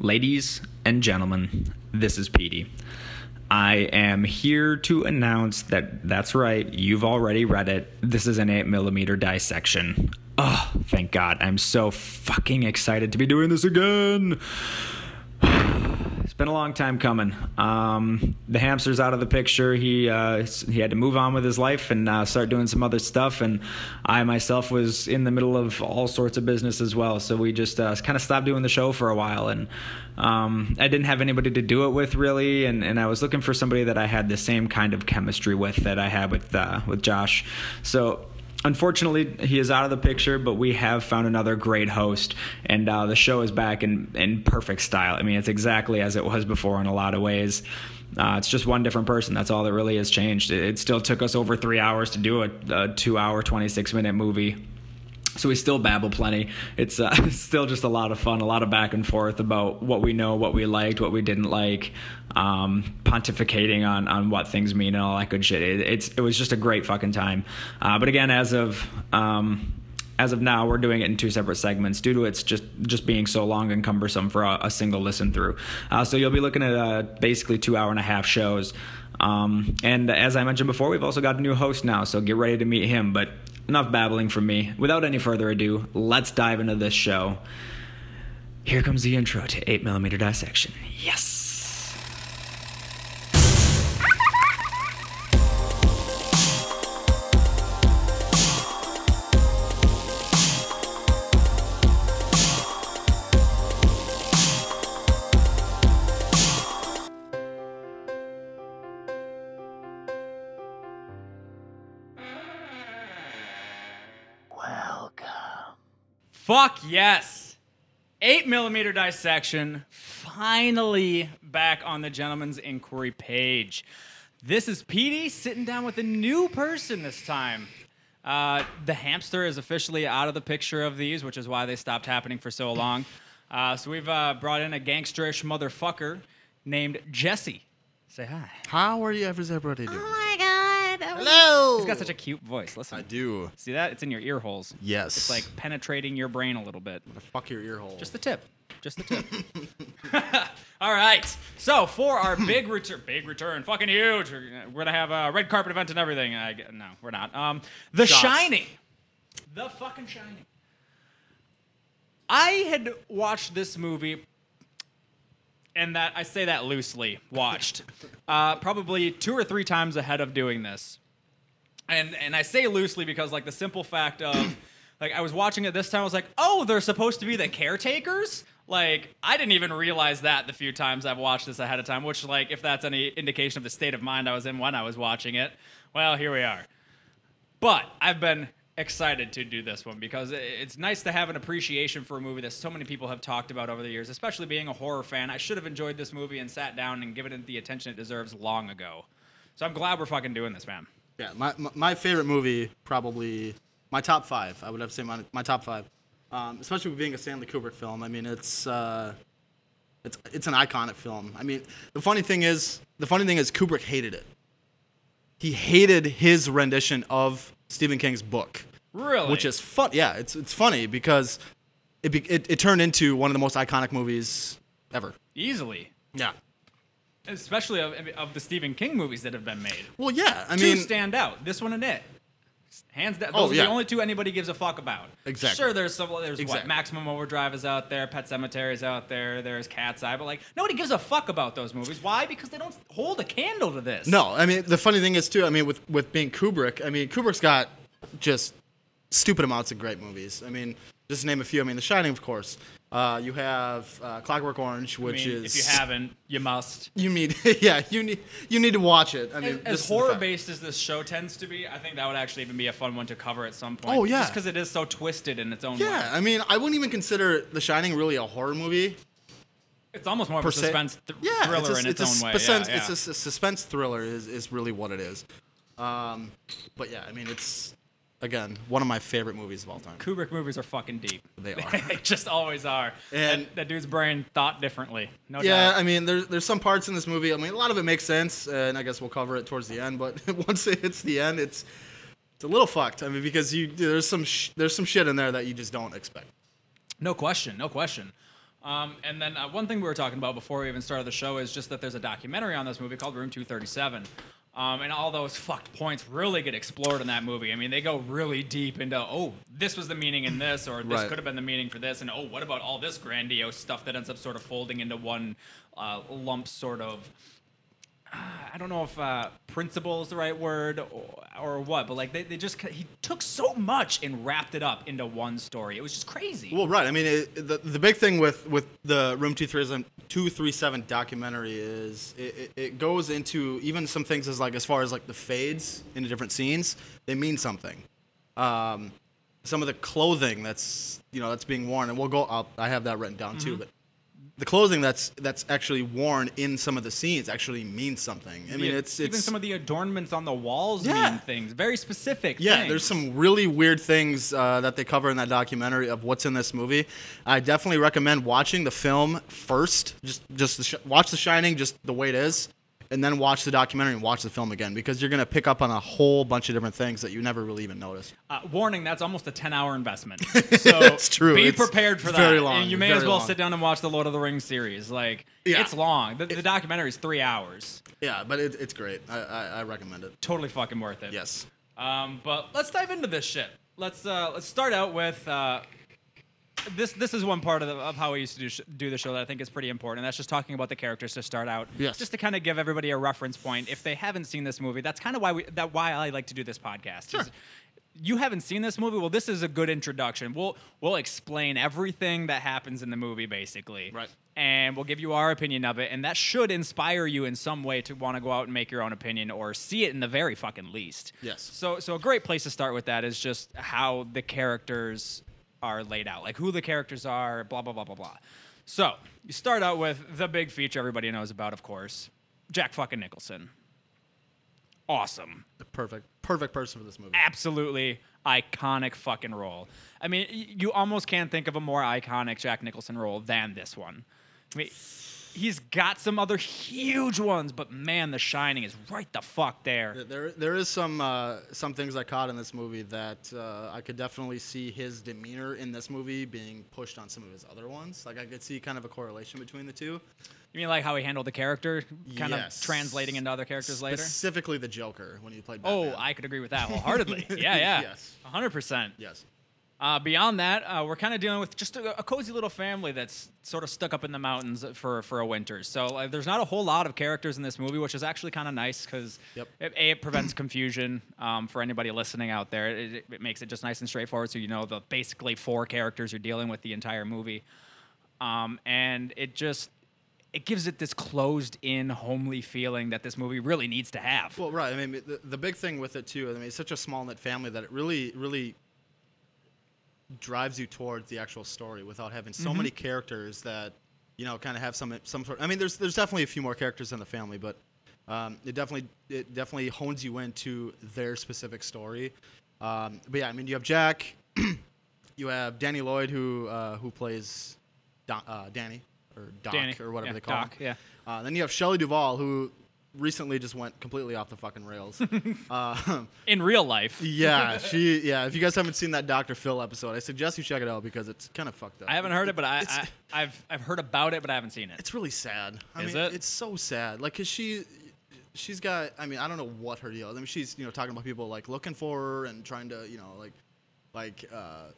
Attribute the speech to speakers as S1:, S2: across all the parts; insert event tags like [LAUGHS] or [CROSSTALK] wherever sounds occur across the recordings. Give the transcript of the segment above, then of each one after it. S1: Ladies and gentlemen, this is Petey. I am here to announce that that's right, you've already read it. This is an 8mm dissection. Oh, thank God. I'm so fucking excited to be doing this again. It's been a long time coming. Um, the hamster's out of the picture. He uh, he had to move on with his life and uh, start doing some other stuff. And I myself was in the middle of all sorts of business as well. So we just uh, kind of stopped doing the show for a while. And um, I didn't have anybody to do it with really. And, and I was looking for somebody that I had the same kind of chemistry with that I had with uh, with Josh. So unfortunately he is out of the picture but we have found another great host and uh, the show is back in, in perfect style i mean it's exactly as it was before in a lot of ways uh, it's just one different person that's all that really has changed it, it still took us over three hours to do a, a two hour 26 minute movie so we still babble plenty. It's uh, [LAUGHS] it's still just a lot of fun, a lot of back and forth about what we know, what we liked, what we didn't like, um, pontificating on on what things mean and all that good shit. It, it's it was just a great fucking time. Uh, but again, as of um, as of now, we're doing it in two separate segments due to it's just just being so long and cumbersome for a, a single listen through. Uh, so you'll be looking at uh, basically two hour and a half shows. Um, and as I mentioned before, we've also got a new host now, so get ready to meet him. But enough babbling from me. Without any further ado, let's dive into this show. Here comes the intro to 8mm Dissection. Yes!
S2: Welcome.
S3: Fuck yes. Eight millimeter dissection finally back on the gentleman's inquiry page. This is Petey sitting down with a new person this time. Uh, the hamster is officially out of the picture of these, which is why they stopped happening for so long. Uh, so we've uh, brought in a gangsterish motherfucker named Jesse. Say hi.
S2: How are you, how's everybody doing?
S4: Oh my god.
S3: He's got such a cute voice. Listen.
S2: I do.
S3: See that? It's in your ear holes.
S2: Yes.
S3: It's like penetrating your brain a little bit.
S2: fuck your ear hole.
S3: Just the tip. Just the tip. [LAUGHS] All right. So for our big return, big return, fucking huge. We're gonna have a red carpet event and everything. I g no, we're not. Um, The
S2: Shots.
S3: Shining. The fucking Shining. I had watched this movie, and that I say that loosely. Watched, uh, probably two or three times ahead of doing this and and I say loosely because like the simple fact of [CLEARS THROAT] like I was watching it this time, I was like, oh, they're supposed to be the caretakers. Like I didn't even realize that the few times I've watched this ahead of time, which like if that's any indication of the state of mind I was in when I was watching it, well, here we are. But I've been excited to do this one because i- it's nice to have an appreciation for a movie that so many people have talked about over the years, especially being a horror fan. I should have enjoyed this movie and sat down and given it the attention it deserves long ago. So I'm glad we're fucking doing this, man.
S2: Yeah, my, my, my favorite movie, probably my top five. I would have to say my, my top five. Um, especially being a Stanley Kubrick film. I mean, it's uh, it's it's an iconic film. I mean, the funny thing is, the funny thing is, Kubrick hated it. He hated his rendition of Stephen King's book.
S3: Really?
S2: which is fun. Yeah, it's it's funny because it, be, it it turned into one of the most iconic movies ever.
S3: easily,
S2: Yeah.
S3: especially of, of the Stephen King movies that have been made.
S2: Well, yeah. I
S3: two
S2: mean,
S3: stand out. This one and it. Hands down,
S2: Oh,
S3: those are
S2: yeah.
S3: the only two anybody gives a fuck about.
S2: Exactly.
S3: Sure, there's some. There's what
S2: Exactly.
S3: Maximum Overdrive is out there, Pet Cemetery is out there, there's Cat's Eye, but like nobody gives a fuck about those movies. Why? Because they don't hold a candle to this.
S2: no. I mean, the funny thing is too. I mean, with with being Kubrick, I mean, Kubrick's got just stupid amounts of great movies. I mean, just to name a few. I mean, The Shining, of course. Uh, you have uh, Clockwork Orange,
S3: I
S2: which
S3: mean,
S2: is
S3: if you haven't, you must.
S2: [LAUGHS] you need [LAUGHS] yeah you need you need to watch it. I mean,
S3: As,
S2: just
S3: as
S2: the
S3: horror
S2: fact-
S3: based as this show tends to be, I think that would actually even be a fun one to cover at some point.
S2: Oh, yeah.
S3: just because it is so twisted in its own way.
S2: Yeah, I mean, I wouldn't even consider The Shining really a horror movie.
S3: It's almost more of a
S2: per se-
S3: suspense thr-
S2: yeah,
S3: thriller
S2: it's a,
S3: in its,
S2: a
S3: own way.
S2: suspense-
S3: yeah, yeah.
S2: It's a s- suspense thriller is, is really what it is. Um, but yeah, I mean, it's again one of my favorite movies of all time.
S3: Kubrick movies are fucking deep. [LAUGHS]
S2: They are.
S3: they just always are.
S2: And-
S3: that, that dude's brain thought differently. No
S2: Yeah,
S3: doubt.
S2: I mean, there's there's some parts in this movie. I mean, a lot of it makes sense, and I guess we'll cover it towards the end. But [LAUGHS] once it hits the end, it's it's a little fucked. I mean, because you there's some sh- there's some shit in there that you just don't expect.
S3: no question. No question. Um, and then uh, one thing we were talking about before we even started the show is just that there's a documentary on this movie called Room 237. Um, and all those fucked points really get explored in that movie. I mean, they go really deep into, oh, this was the meaning in this, or this
S5: Right.
S3: could have been the meaning for this, and oh, what about all this grandiose stuff that ends up sort of folding into one uh, lump sort of I don't know if uh, principle is the right word or, or what, but like they, they just he took so much and wrapped it up into one story. It was just crazy.
S2: Well, right. I mean, it, the the big thing with with the Room 237 237 documentary is it, it, it goes into even some things as like as far as like the fades into different scenes, they mean something. Um, some of the clothing that's you know that's being worn, and we'll go. I'll, I have that written down
S3: Mm-hmm.
S2: too, but. The clothing that's that's actually worn in some of the scenes actually means something. I mean, it's it's
S3: even some of the adornments on the walls
S2: Yeah.
S3: mean things. Very specific.
S2: Yeah,
S3: things.
S2: there's some really weird things uh, that they cover in that documentary of what's in this movie. I definitely recommend watching the film first. Just just the sh- watch The Shining just the way it is, and then watch the documentary and watch the film again because you're gonna pick up on a whole bunch of different things that you never really even noticed.
S3: Uh, warning, that's almost a 10
S2: [LAUGHS]
S3: hour investment. So
S2: It's true.
S3: Be
S2: It's
S3: prepared for that.
S2: very long,
S3: And you may
S2: very
S3: as well
S2: long.
S3: sit down and watch the Lord of the Rings series. Like,
S2: Yeah.
S3: it's long. The, the documentary is three hours.
S2: Yeah, but it, it's great. I, I, I recommend it.
S3: Totally fucking worth it.
S2: Yes.
S3: Um, but let's dive into this shit. Let's uh, let's start out with uh, this. This is one part of, the, of how we used to do, sh- do the show that I think is pretty important. And that's just talking about the characters to start out.
S2: Yes.
S3: Just to kind of give everybody a reference point if they haven't seen this movie. That's kind of why we that why I like to do this podcast. Sure. You haven't seen this movie? Well, this is a good introduction. We'll we'll explain everything that happens in the movie basically.
S2: Right.
S3: And we'll give you our opinion of it, and that should inspire you in some way to want to go out and make your own opinion or see it in the very fucking least.
S2: Yes.
S3: So, so a great place to start with that is just how the characters are laid out, like who the characters are, blah blah blah blah blah. So you start out with the big feature everybody knows about, of course, Jack fucking Nicholson. Awesome
S2: Perfect. Perfect person for this movie.
S3: absolutely iconic fucking role. I mean, y- you almost can't think of a more iconic Jack Nicholson role than this one. I mean, he's got some other huge ones, but man, The Shining is right the fuck there.
S2: There, there is some uh, some things I caught in this movie that uh, I could definitely see his demeanor in this movie being pushed on some of his other ones. Like I could see kind of a correlation between the two.
S3: You mean like how he handled the character, kind
S2: Yes.
S3: of translating into other characters later?
S2: Specifically, the Joker when he played.
S3: Oh,
S2: Batman.
S3: I could agree with that
S2: [LAUGHS]
S3: wholeheartedly. yeah, yeah,
S2: Yes.
S3: hundred percent.
S2: yes,
S3: Uh, beyond that, uh, we're kind of dealing with just a, a cozy little family that's sort of stuck up in the mountains for for a winter. So uh, there's not a whole lot of characters in this movie, which is actually kind of nice because
S2: Yep.
S3: it, a it prevents [CLEARS THROAT] confusion um, for anybody listening out there. It, it- it makes it just nice and straightforward, so you know the basically four characters you're dealing with the entire movie, um, and it just it gives it this closed in, homely feeling that this movie really needs to have.
S2: well, right. I mean, the, the big thing with it too. I mean, it's such a small knit family that it really, really drives you towards the actual story without having so many characters that you know kind of have some some sort. I mean, there's there's definitely a few more characters in the family, but um, it definitely it definitely hones you into their specific story. Um, but yeah, I mean, you have Jack, you have Danny Lloyd who uh, who plays Don, uh, Danny or Doc
S3: Danny,
S2: or whatever
S3: yeah,
S2: they call
S3: Doc,
S2: him.
S3: yeah.
S2: Uh, then you have Shelley Duvall who recently just went completely off the fucking rails. [LAUGHS] uh,
S3: in real life,
S2: yeah, she. Yeah, if you guys haven't seen that Dr. Phil episode, I suggest you check it out because it's kind of fucked up.
S3: I haven't heard it, but I,
S2: It's-
S3: I I've I've heard about it, but I haven't seen it.
S2: It's really sad. I
S3: Is
S2: mean,
S3: it?
S2: It's so sad. Like, cause she, she's got. I mean, I don't know what her deal. is. I mean, she's you know talking about people like looking for her and trying to you know like, like, uh,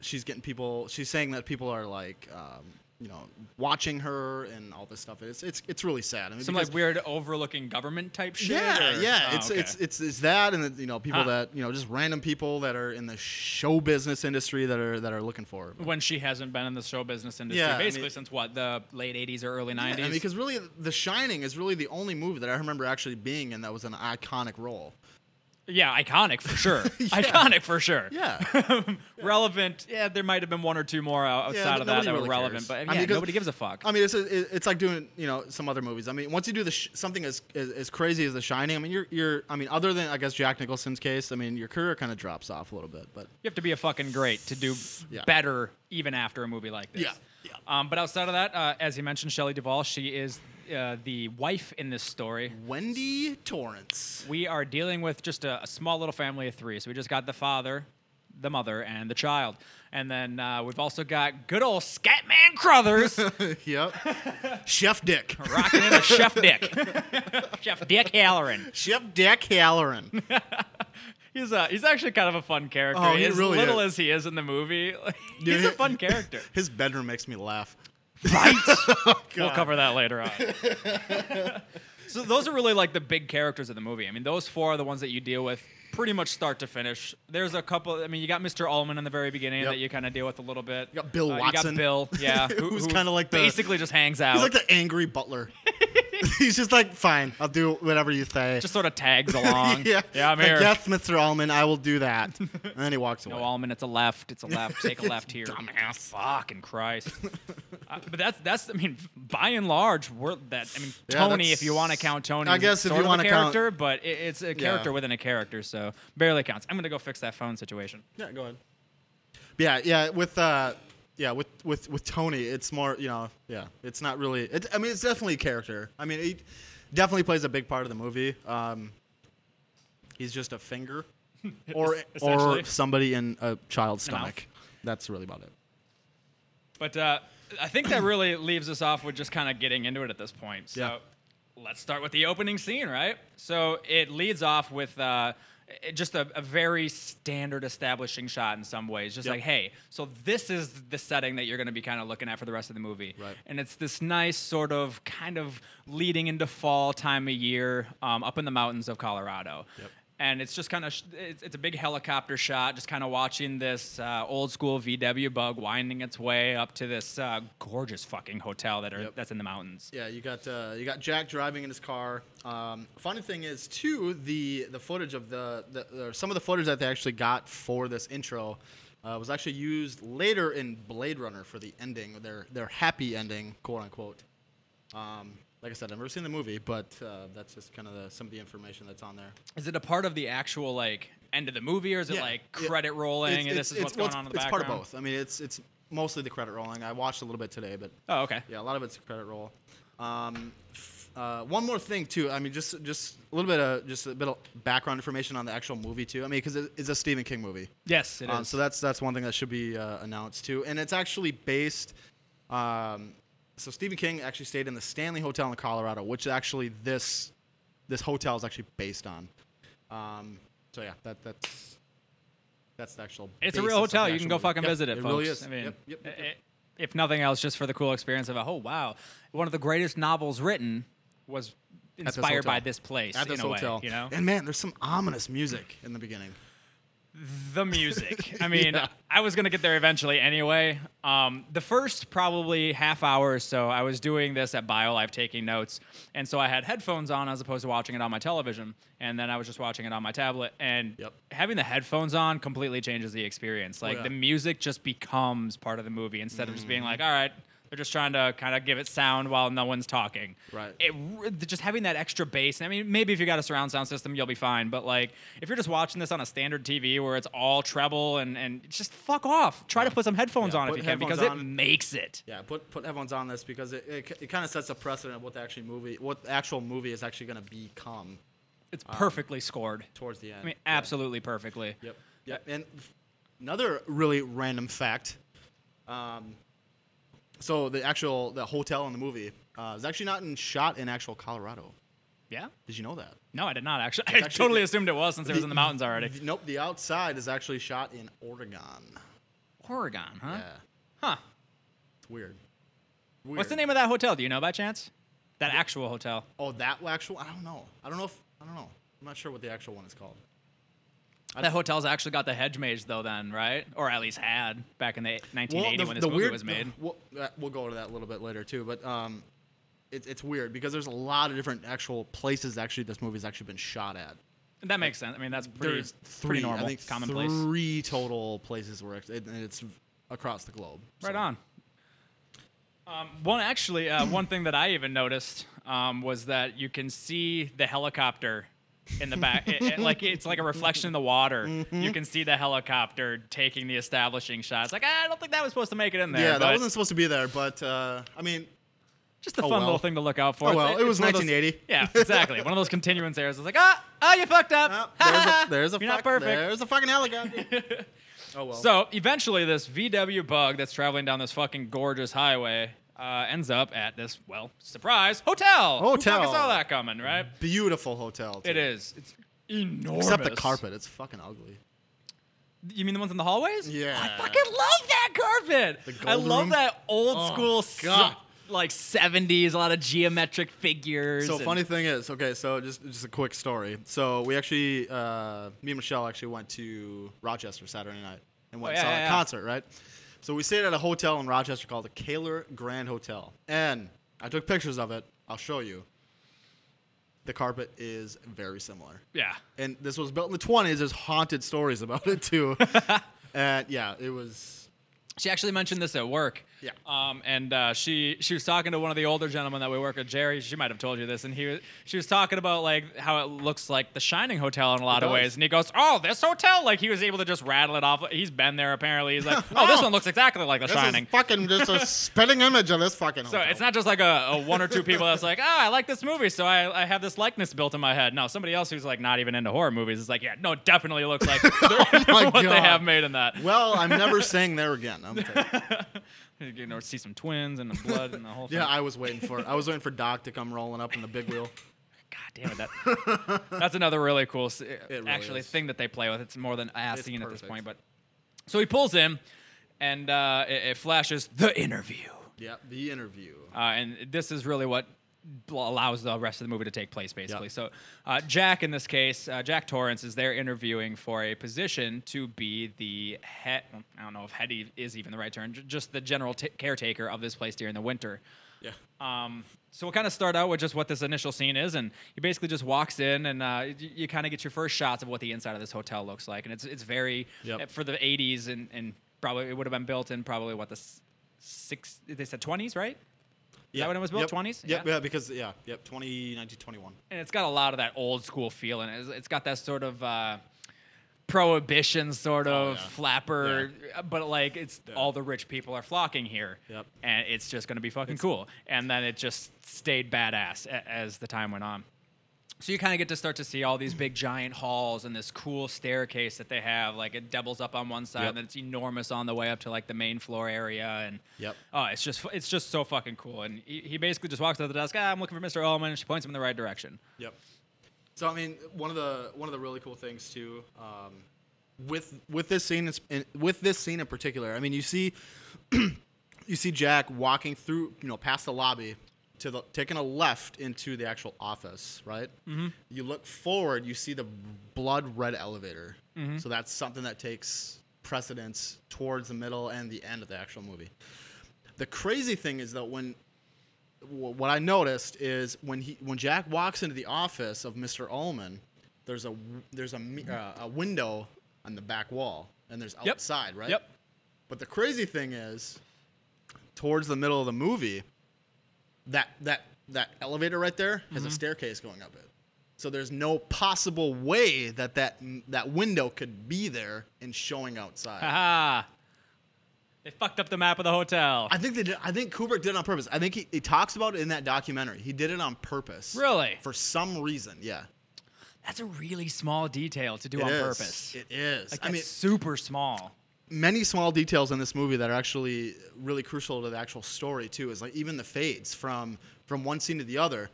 S2: she's getting people. She's saying that people are like. Um, you know, watching her and all this stuff. It's it's it's really sad. I mean,
S3: Some
S2: because-
S3: like weird overlooking government type shit.
S2: Yeah,
S3: or-
S2: yeah.
S3: Oh,
S2: it's,
S3: okay.
S2: it's it's it's that, and the, you know, people
S3: Huh.
S2: that you know, just random people that are in the show business industry that are that are looking for. Her.
S3: when she hasn't been in the show business industry
S2: Yeah, I
S3: basically
S2: mean-
S3: since what the late '80s or early
S2: Yeah,
S3: '90s.
S2: I mean, because really, The Shining is really the only movie that I remember actually being in that was an iconic role.
S3: yeah, iconic for sure.
S2: [LAUGHS]
S3: Iconic for sure.
S2: Yeah.
S3: relevant. Yeah, there might have been one or two more out- [LAUGHS]
S2: Yeah,
S3: outside
S2: but
S3: of that
S2: nobody
S3: that were
S2: really
S3: relevant,
S2: cares.
S3: but
S2: I
S3: yeah,
S2: mean, 'cause-
S3: nobody gives a fuck.
S2: I mean, it's it- it's like doing you know some other movies. I mean, once you do the sh- something as, as as crazy as The Shining, I mean, you're you're I mean, other than I guess Jack Nicholson's case, I mean, your career kind of drops off a little bit. But
S3: you have to be a fucking great to do
S2: Yeah.
S3: better even after a movie like this.
S2: Yeah, yeah.
S3: Um, but outside of that, uh, as you mentioned, Shelley Duvall, she is uh, the wife in this story.
S2: Wendy Torrance,
S3: [LAUGHS] We are dealing with just a, a small little family of three. So we just got the father, the mother and the child. And then uh, we've also got good old
S2: [LAUGHS]
S3: Scatman Crothers
S2: Yep. Chef
S3: [LAUGHS]
S2: Dick.
S3: rocking in a Chef Dick, [LAUGHS] Chef Dick Halloran.
S2: Chef Dick Halloran.
S3: He's a, he's actually kind of a fun character.
S2: Oh, he
S3: as
S2: really
S3: little
S2: is.
S3: as he is in the movie, [LAUGHS]
S2: Dude,
S3: he's a
S2: he-
S3: fun character.
S2: [LAUGHS] His bedroom makes me laugh.
S3: We'll cover that later on. [LAUGHS] so those are really like the big characters of the movie. I mean, those four are the ones that you deal with pretty much start to finish. There's a couple. I mean, you got Mr. Allman in the very beginning
S2: Yep.
S3: that you kind of deal with a little bit.
S2: You got Bill
S3: Uh,
S2: Watson.
S3: You got Bill.
S2: [LAUGHS]
S3: Yeah, who-
S2: Who's
S3: who
S2: kinda like the-
S3: basically just hangs out.
S2: He's like the angry butler. [LAUGHS] He's just like, fine, I'll do whatever you say.
S3: just sort of
S2: [LAUGHS]
S3: tags along.
S2: yeah.
S3: I'm
S2: Like,
S3: here.
S2: Yes, Mr. Allman, I will do
S3: [LAUGHS]
S2: that. And then he walks away.
S3: No Allman, it's a left. It's a [LAUGHS] left. Take a left here.
S2: Dumbass.
S3: Fucking Christ. Uh, but that's that's I mean, by and large, we're that I mean
S2: Yeah,
S3: Tony,
S2: that's-
S3: if you want to count Tony,
S2: I
S3: is
S2: guess if
S3: sort
S2: you
S3: of a
S2: wanna count-
S3: character, but it, it's a character within a character, so barely counts. I'm gonna go fix that phone situation.
S2: Yeah, go ahead. Yeah, yeah, with uh yeah, with with with Tony, it's more, you know, yeah, it's not really it, I mean, it's definitely a character. I mean, he definitely plays a big part of the movie. Um he's just a
S3: [LAUGHS]
S2: finger or
S3: Es-
S2: or
S3: essentially.
S2: somebody in a child's
S3: mouth.
S2: stomach. That's really about it.
S3: But uh, I think that really leaves us off with just kind of getting into it at this point. So
S2: Yeah.
S3: let's start with the opening scene, right? So it leads off with uh, i- just a, a very standard establishing shot in some ways. Just
S2: Yep.
S3: like, hey, so this is the setting that you're going to be kind of looking at for the rest of the movie.
S2: Right.
S3: And it's this nice sort of kind of leading into fall time of year um, up in the mountains of Colorado
S2: Yep.
S3: and it's just kind of sh- it's, it's a big helicopter shot just kind of watching this uh, old school vw bug winding its way up to this uh, gorgeous fucking hotel that are
S2: Yep.
S3: that's in the mountains
S2: Yeah, you got uh, you got Jack driving in his car. Um, funny thing is, too, the the footage of the, the or some of the footage that they actually got for this intro uh, was actually used later in Blade Runner for the ending, their their happy ending, quote unquote. Um, like I said, I've never seen the movie, but uh, that's just kind of the, some of the information that's on there.
S3: is it a part of the actual like end of the movie or is it
S2: Yeah,
S3: like
S2: yeah.
S3: credit rolling and this is what's
S2: well,
S3: going on in the
S2: it's
S3: background
S2: part of both. I mean, it's it's mostly the credit rolling. I watched a little bit today, but
S3: oh okay
S2: Yeah, a lot of it's a credit roll. Um, f- uh, one more thing too. I mean, just just a little bit of just a bit of background information on the actual movie too. I mean, because it, it's a Stephen King movie,
S3: yes it is.
S2: um, so that's that's one thing that should be uh, announced too. And it's actually based. Um, so Stephen King actually stayed in the Stanley Hotel in Colorado, which actually this this hotel is actually based on. Um, so yeah, that that's that's the actual.
S3: it's a
S2: basis
S3: real
S2: of
S3: hotel
S2: the
S3: you can
S2: actual
S3: go
S2: movie.
S3: fucking
S2: Yep,
S3: visit it,
S2: It
S3: folks.
S2: really is.
S3: i mean
S2: Yep, yep, yep, yep.
S3: i- if nothing else just for the cool experience of a oh wow one of the greatest novels written was
S2: this
S3: inspired by
S2: hotel.
S3: this place
S2: At this
S3: in a
S2: hotel,
S3: way you know
S2: And man, there's some ominous music in the beginning. [LAUGHS]
S3: the music. I mean,
S2: Yeah.
S3: I was gonna get there eventually anyway. Um, the first probably half hour or so, I was doing this at BioLife taking notes, and so I had headphones on as opposed to watching it on my television, and then I was just watching it on my tablet. And
S2: Yep. Oh,
S3: having the headphones on completely changes the experience. Like
S2: yeah. Mm-hmm.
S3: the music just becomes part of the movie instead of just being like, all right. They're just trying to kind of give it sound while no one's talking.
S2: Right.
S3: It r- just having that extra bass. I mean, maybe if you got a surround sound system, you'll be fine. But like, if you're just watching this on a standard TV where it's all treble and and just fuck off. Try to put some headphones
S2: Yeah,
S3: on if
S2: put
S3: you can
S2: headphones
S3: because it
S2: on.
S3: makes it.
S2: Yeah, put put headphones on this because it, it, it kind of sets a precedent of what the actual movie what the actual movie is actually going to become
S3: It's perfectly scored.
S2: towards the end.
S3: I mean,
S2: Um, Yeah.
S3: absolutely perfectly.
S2: Yep. Yep. And f- another really random fact. Um, so the actual the hotel in the movie uh, is actually not in shot in actual Colorado.
S3: Yeah.
S2: Did you know that?
S3: No, I did not actually. [LAUGHS] I
S2: actually-
S3: totally assumed it was since it was
S2: [LAUGHS]
S3: in the mountains already.
S2: Nope. The outside is actually shot in Oregon.
S3: Oregon, huh?
S2: Yeah.
S3: Huh.
S2: It's weird.
S3: What's the
S2: Weird.
S3: name of that hotel? Do you know by chance? That actual hotel.
S2: Oh, that actual? I don't know. I don't know if I don't know. I'm not sure what the actual one is called.
S3: That hotel's actually got the hedge maze though, then right? Or at least had back in the 1980 when this movie was made.
S2: we'll, uh, we'll go to that a little bit later too, but um, it, it's weird because there's a lot of different actual places actually this movie's actually been shot at.
S3: That makes sense. I mean, that's pretty,
S2: there's three,
S3: pretty normal,
S2: I think
S3: commonplace.
S2: Three total places where it's, and it's across the globe.
S3: Right
S2: so.
S3: on. Um, one actually, uh, one thing that I even noticed um, was that you can see the helicopter in the back. [LAUGHS] It- it- like it's like a reflection in the water.
S2: Mm-hmm.
S3: You can see the helicopter taking the establishing shots. Like I don't think that was supposed to make it in there.
S2: Yeah,
S3: but
S2: that wasn't supposed to be there, but uh, I mean,
S3: just a
S2: oh, well.
S3: fun little thing to look out for.
S2: Oh,
S3: It's-
S2: well, it was
S3: one of those-
S2: 1980.
S3: Yeah, exactly. one
S2: [LAUGHS]
S3: of those continuance [LAUGHS] errors. It's like ah, oh, you fucked up.
S2: oh, uh, there's a, there's a
S3: You're
S2: fuck,
S3: not perfect. [LAUGHS]
S2: There's a fucking helicopter.
S6: Oh well.
S3: So eventually, this VW bug that's traveling down this fucking gorgeous highway uh, ends up at this, well, surprise, hotel. Who
S6: Hotel.
S3: fucking saw that coming, right?
S6: beautiful hotel. too.
S3: It is. It's enormous.
S6: Except the carpet, it's fucking ugly.
S3: You mean the ones in the hallways?
S6: Yeah.
S3: I fucking love that carpet.
S6: The
S3: I
S6: gold
S3: love
S6: room?
S3: that old
S6: Oh,
S3: school, se-
S6: God.
S3: like 70s, a lot of geometric figures.
S6: So
S3: and-
S6: funny thing is, okay, so just just a quick story. So we actually, uh, me and Michelle actually went to Rochester Saturday night and went
S3: Oh,
S6: and
S3: yeah,
S6: saw
S3: yeah,
S6: a
S3: yeah.
S6: concert, right? So we stayed at a hotel in Rochester called the Kaler Grand Hotel, and I took pictures of it. I'll show you. The carpet is very similar,
S3: Yeah.
S6: and this was built in the twenties. There's haunted stories about it [LAUGHS] too, and yeah, it was.
S3: She actually mentioned this at work.
S6: Yeah.
S3: Um, and uh, she she was talking to one of the older gentlemen that we work with, Jerry. She might have told you this, and he was, she was talking about like how it looks like the Shining Hotel in a lot
S6: It
S3: of
S6: does.
S3: ways, and he goes, "Oh, this hotel!" Like he was able to just rattle it off. He's been there apparently.
S6: [LAUGHS]
S3: He's like, "Oh, this one looks exactly like the
S6: This
S3: Shining."
S6: is fucking just a spitting image of this fucking.
S3: so
S6: hotel. [LAUGHS]
S3: it's not just like a, a one or two people that's like, ah, I like this movie, so I, I have this likeness built in my head. No, somebody else who's like not even into horror movies is like, yeah, no, it definitely looks
S6: [LAUGHS]
S3: like [LAUGHS]
S6: Oh my
S3: what they
S6: God.
S3: have made in that.
S6: Well, I'm never staying there again. [LAUGHS] I'm telling you.
S3: You know, see some twins and the blood and the whole thing.
S6: [LAUGHS] Yeah, I was waiting for it. I was waiting for Doc to come rolling up in the big wheel.
S3: God damn it! That, that's another really cool,
S6: [LAUGHS]
S3: s
S6: really
S3: actually,
S6: is.
S3: thing that they play with. It's more than a
S6: It's
S3: scene at this
S6: perfect.
S3: point, but so he pulls in, and uh, it, it flashes the interview,
S6: Yeah, the interview.
S3: uh, and this is really what bl- allows the rest of the movie to take place, basically. So uh, Jack, in this case, uh, Jack Torrance is there interviewing for a position to be the head. I don't know if head e- is even the right term, j- just the general t- caretaker of this place during the winter.
S6: Yeah.
S3: Um, so we'll kind of start out with just what this initial scene is, and he basically just walks in, and uh, you, you kind of get your first shots of what the inside of this hotel looks like, and it's it's very eh,
S6: Yep.
S3: for the '80s, and, and probably it would have been built in probably what the s- six they said 20s, right? Is that when it was built?
S6: Yep.
S3: 20s?
S6: Yep,
S3: Yeah.
S6: yeah. because yeah, yep, 20, 19, 21.
S3: And it's got a lot of that old school feel, and it's, it's got that sort of uh, prohibition sort of
S6: Oh, yeah.
S3: flapper, but like it's all the rich people are flocking here,
S6: Yep.
S3: and it's just gonna be fucking cool. And then it just stayed badass a- as the time went on. So you kind of get to start to see all these big giant halls and this cool staircase that they have. Like it doubles up on one side,
S6: Yep.
S3: and then it's enormous on the way up to like the main floor area. And
S6: Yep.
S3: oh, it's just it's just so fucking cool. And he, he basically just walks up to the desk. Ah, I'm looking for Mr. Ullman. And she points him in the right direction.
S6: Yep. So I mean, one of the one of the really cool things too, um, with with this scene, it's- in, with this scene in particular. I mean, you see, you see Jack walking through, you know, past the lobby to the taking a left into the actual office, right? Mm-hmm. You look forward, you see the blood red elevator. So that's something that takes precedence towards the middle and the end of the actual movie. The crazy thing is that when wh- what I noticed is when he when Jack walks into the office of Mr. Ullman, there's a w- there's a mi- uh, a window on the back wall and there's
S3: Yep.
S6: outside, right?
S3: Yep.
S6: But the crazy thing is, towards the middle of the movie, that that that elevator right there has a staircase going up it. So there's no possible way that that that window could be there and showing outside.
S3: Aha! They fucked up the map of the hotel.
S6: I think they did, I think Kubrick did it on purpose. I think he, he talks about it in that documentary. He did it on purpose.
S3: [LAUGHS] Really?
S6: For some reason, yeah.
S3: That's a really small detail to do
S6: It
S3: on
S6: is.
S3: purpose.
S6: It is.
S3: like
S6: I
S3: that's
S6: mean,
S3: super small.
S6: many small details in this movie that are actually really crucial to the actual story too is like even the fades from from one scene to the other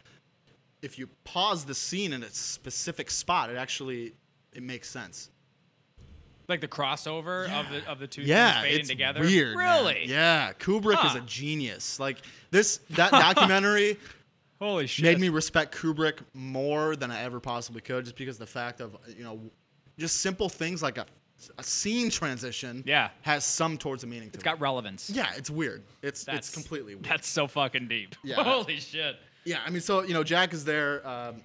S6: if you pause the scene in a specific spot it actually it makes sense
S3: Like the crossover of the of the two
S6: yeah
S3: things fading
S6: it's
S3: together.
S6: weird man.
S3: Really?
S6: yeah kubrick is
S3: Huh.
S6: a genius like this
S3: [LAUGHS]
S6: that documentary
S3: Holy shit.
S6: made me respect Kubrick more than I ever possibly could, just because the fact of you know, just simple things like a, a scene transition.
S3: Yeah.
S6: has some towards a meaning. to
S3: It's
S6: it.
S3: got relevance.
S6: Yeah, it's weird. It's
S3: That's
S6: it's completely weird.
S3: That's so fucking deep.
S6: Yeah.
S3: [LAUGHS] Holy shit.
S6: Yeah, I mean, so you know, Jack is there, um,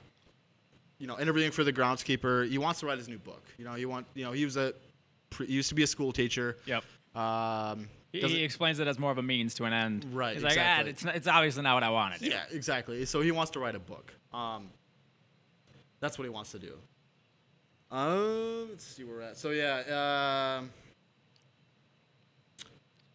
S6: you know, interviewing for the groundskeeper. He wants to write his new book. You know, he want you know he was a pre- he used to be a school teacher.
S3: Yep.
S6: Um,
S3: He,
S6: doesn't-
S3: he explains it as more of a means to an end.
S6: Right,
S3: He's like, ah,
S6: exactly.
S3: it's, not, it's obviously not what I wanted.
S6: Yeah, exactly. So he wants to write a book. Um, that's what he wants to do. Um, let's see where we're at. So yeah. Um,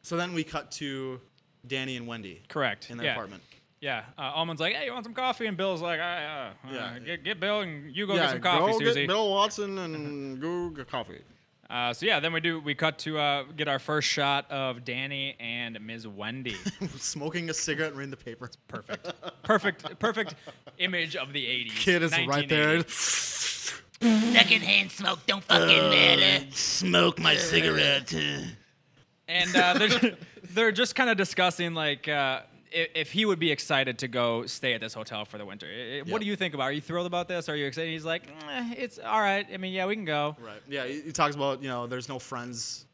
S6: so then we cut to Danny and Wendy
S3: Correct.
S6: in their
S3: yeah.
S6: apartment.
S3: Yeah. Uh, Almond's like, hey, you want some coffee? And Bill's like, ah, yeah.
S6: Yeah.
S3: get, get Bill and you go get some coffee,
S6: go
S3: Susie.
S6: get Bill Watson and go get coffee.
S3: Uh, so yeah, then we do we cut to uh, get our first shot of Danny and Ms.
S6: [LAUGHS]
S3: Wendy.
S6: Smoking a cigarette and reading the paper.
S3: Mm-hmm. Perfect, perfect, perfect image of the '80s.
S6: Kid is right there. [LAUGHS]
S7: Secondhand smoke don't fucking matter.
S6: Smoke my cigarette.
S3: and uh, they're they're just kind of discussing like uh, if, if he would be excited to go stay at this hotel for the winter. Eh, eh, What
S6: Yep.
S3: do you think about? it? Are you thrilled about this? Are you excited? He's like, "Eh, it's all right. I mean, yeah, we can go.
S6: Right. Yeah. He, he talks about you know there's no friends,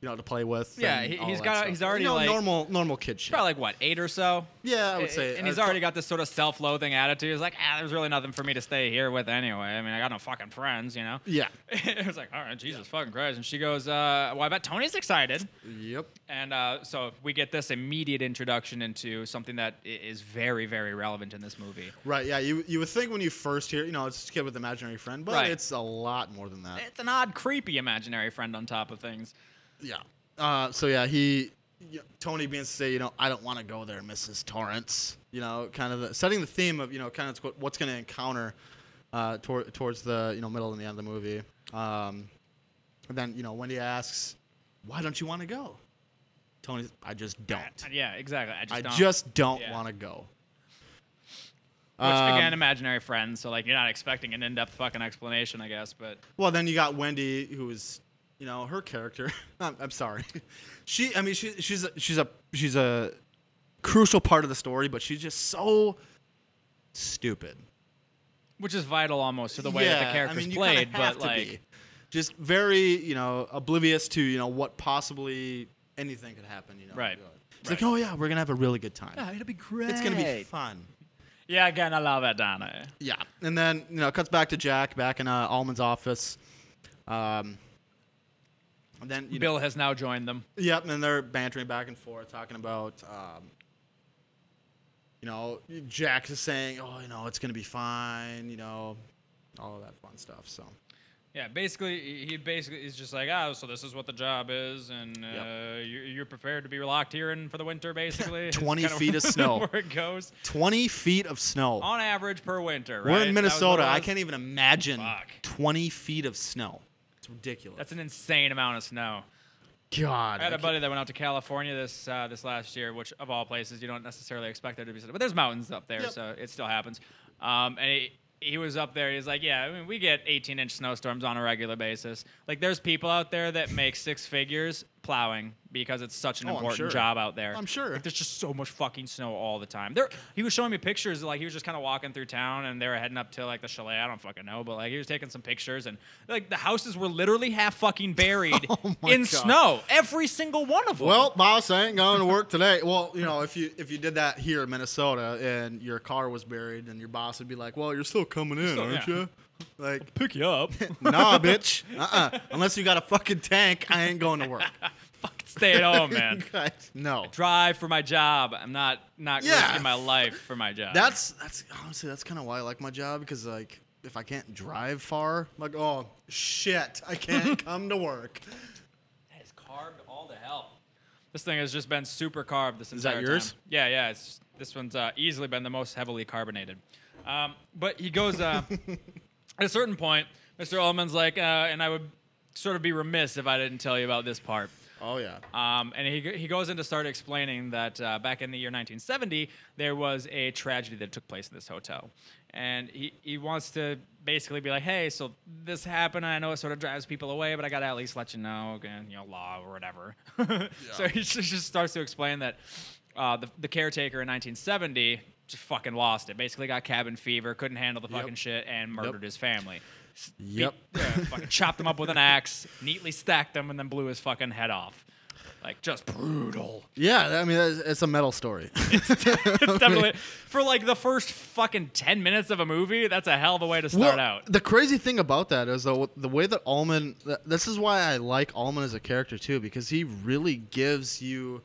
S6: you know to play with.
S3: Yeah,
S6: and
S3: he-
S6: all
S3: he's
S6: that
S3: got-
S6: stuff.
S3: he's already,
S6: you know,
S3: like-
S6: normal normal kid shit.
S3: Probably like what eight or so.
S6: Yeah, I would
S3: Eh,
S6: say.
S3: and he's
S6: uh,
S3: already got this sort of self-loathing attitude. He's like, ah, there's really nothing for me to stay here with anyway. I mean, I got no fucking friends, you know. [LAUGHS]
S6: Yeah.
S3: it was like, all right, Jesus fucking Christ. And she goes, uh, well, I bet Tony's excited.
S6: Yep.
S3: And uh, so we get this immediate introduction into something that i- is very, very relevant in this movie.
S6: Right. Yeah. You you would think when you first hear you know it's just a kid with an imaginary friend, but
S3: Right.
S6: it's a lot more than that.
S3: It's an odd, creepy imaginary friend on top of things.
S6: yeah. Uh. So yeah, he. y Tony being to say, you know, I don't want to go there, Mrs. Torrance. You know, kind of the, setting the theme of, you know, kind of what's going to encounter uh, tor- towards the, you know, middle and the end of the movie. Um, and then, you know, Wendy asks, why don't you want to go? Tony, I just don't.
S3: Yeah, exactly. I just
S6: I
S3: don't.
S6: just don't
S3: Yeah.
S6: want to go.
S3: Which, again,
S6: Um,
S3: imaginary friends. So, like, you're not expecting an in depth fucking explanation, I guess. But
S6: Well, then you got Wendy, who is, you know, her character. [LAUGHS] I'm, I'm sorry, she. I mean, she, she's a, she's a she's a crucial part of the story, but she's just so stupid.
S3: which is vital almost to the way that the character's
S6: you kinda
S3: played.
S6: have
S3: But,
S6: to
S3: like,
S6: be. just very you know oblivious to you know what possibly anything could happen. You know,
S3: Right.
S6: It's like, oh yeah, we're gonna have a really good time.
S3: it'll be great.
S6: it's gonna Ah, be fun.
S3: Yeah, again, I love it, Donna.
S6: Yeah, and then you know, it cuts back to Jack back in uh, Almond's office. Um, and then you know-
S3: Bill has now joined them.
S6: yep, and they're bantering back and forth, talking about, um, you know, Jack is saying, "Oh, you know, it's gonna be fine," you know, all of that fun stuff. So
S3: Yeah, basically, he- he basically is just like, oh, so this is what the job is, and uh,
S6: Yep.
S3: you're, you're prepared to be locked here in for the winter, basically. [LAUGHS] is
S6: 20
S3: kinda
S6: feet of snow.
S3: where it goes
S6: twenty feet of snow.
S3: on average per winter.
S6: We're
S3: right?
S6: in
S3: That was what
S6: Minnesota.
S3: it
S6: I
S3: was?
S6: can't even imagine
S3: Fuck.
S6: twenty feet of snow. It's ridiculous.
S3: That's an insane amount of snow.
S6: God.
S3: I had
S6: I
S3: a
S6: can't-
S3: buddy that went out to California this uh, this last year, which of all places you don't necessarily expect there to be, snow, but there's mountains up there,
S6: Yep.
S3: so it still happens. Um, and he, he was up there. He's like, yeah, I mean, we get 18 inch snowstorms on a regular basis. Like, there's people out there that make six figures plowing because it's such an
S6: Oh, I'm
S3: important
S6: sure.
S3: job out there.
S6: I'm sure.
S3: Like, there's just so much fucking snow all the time. There, he was showing me pictures. Like, he was just kind of walking through town, and they were heading up to like the chalet. I don't fucking know, but like he was taking some pictures, and like the houses were literally half fucking
S6: [LAUGHS]
S3: buried
S6: my
S3: in
S6: God.
S3: snow. Oh, every single one of them.
S6: Well, boss, I ain't going to work today. Well, you know, if you if you did that here in Minnesota and your car was buried, then your boss would be like, "Well, you're still coming in,
S3: still-
S6: aren't
S3: yeah.
S6: you?" Like,
S3: pick you up.
S6: [LAUGHS] nah, bitch. Uh-uh. Unless you got a fucking tank, I ain't going to work.
S3: Fuck, stay at
S6: [LAUGHS]
S3: home, [LAUGHS] man.
S6: Guys, no.
S3: Drive for my job. I'm not not
S6: Yeah.
S3: risking my life for my job.
S6: That's that's honestly that's kind of why I like my job because like if I can't drive far, I'm like oh shit,
S3: [LAUGHS]
S6: I can't come to work.
S3: that is carved all to hell. This thing has just been super carved this
S6: that
S3: entire
S6: yours?
S3: time. Yeah, yeah. It's just, this one's uh, easily been the most heavily carbonated. Um, but he goes
S6: [LAUGHS]
S3: uh, at a certain point. Mr. Ullman's like, uh, and I would sort of be remiss if I didn't tell you about this part.
S6: Oh yeah.
S3: Um, and he, go- he goes in to start explaining that uh, back in the year 1970, there was a tragedy that took place in this hotel. And he, he wants to basically be like, hey, so this happened. I know it sort of drives people away, but I got to at least let you know, again, you know, law or whatever. [LAUGHS] So he just, just starts to explain that uh, the, the caretaker in 1970 just fucking lost it. Basically got cabin fever, couldn't handle the fucking shit, and murdered his family.
S6: Yep.
S3: Yeah, fucking chopped him up with an axe, neatly stacked him, and then blew his fucking head off. Like just brutal. [LAUGHS]
S6: Yeah, I mean it's, it's a metal story.
S3: It's definitely for like the first fucking ten minutes of a movie. That's a hell of a way to start out.
S6: The crazy thing about that is though the way that Allman. th- This is why I like Allman as a character too, because he really gives you,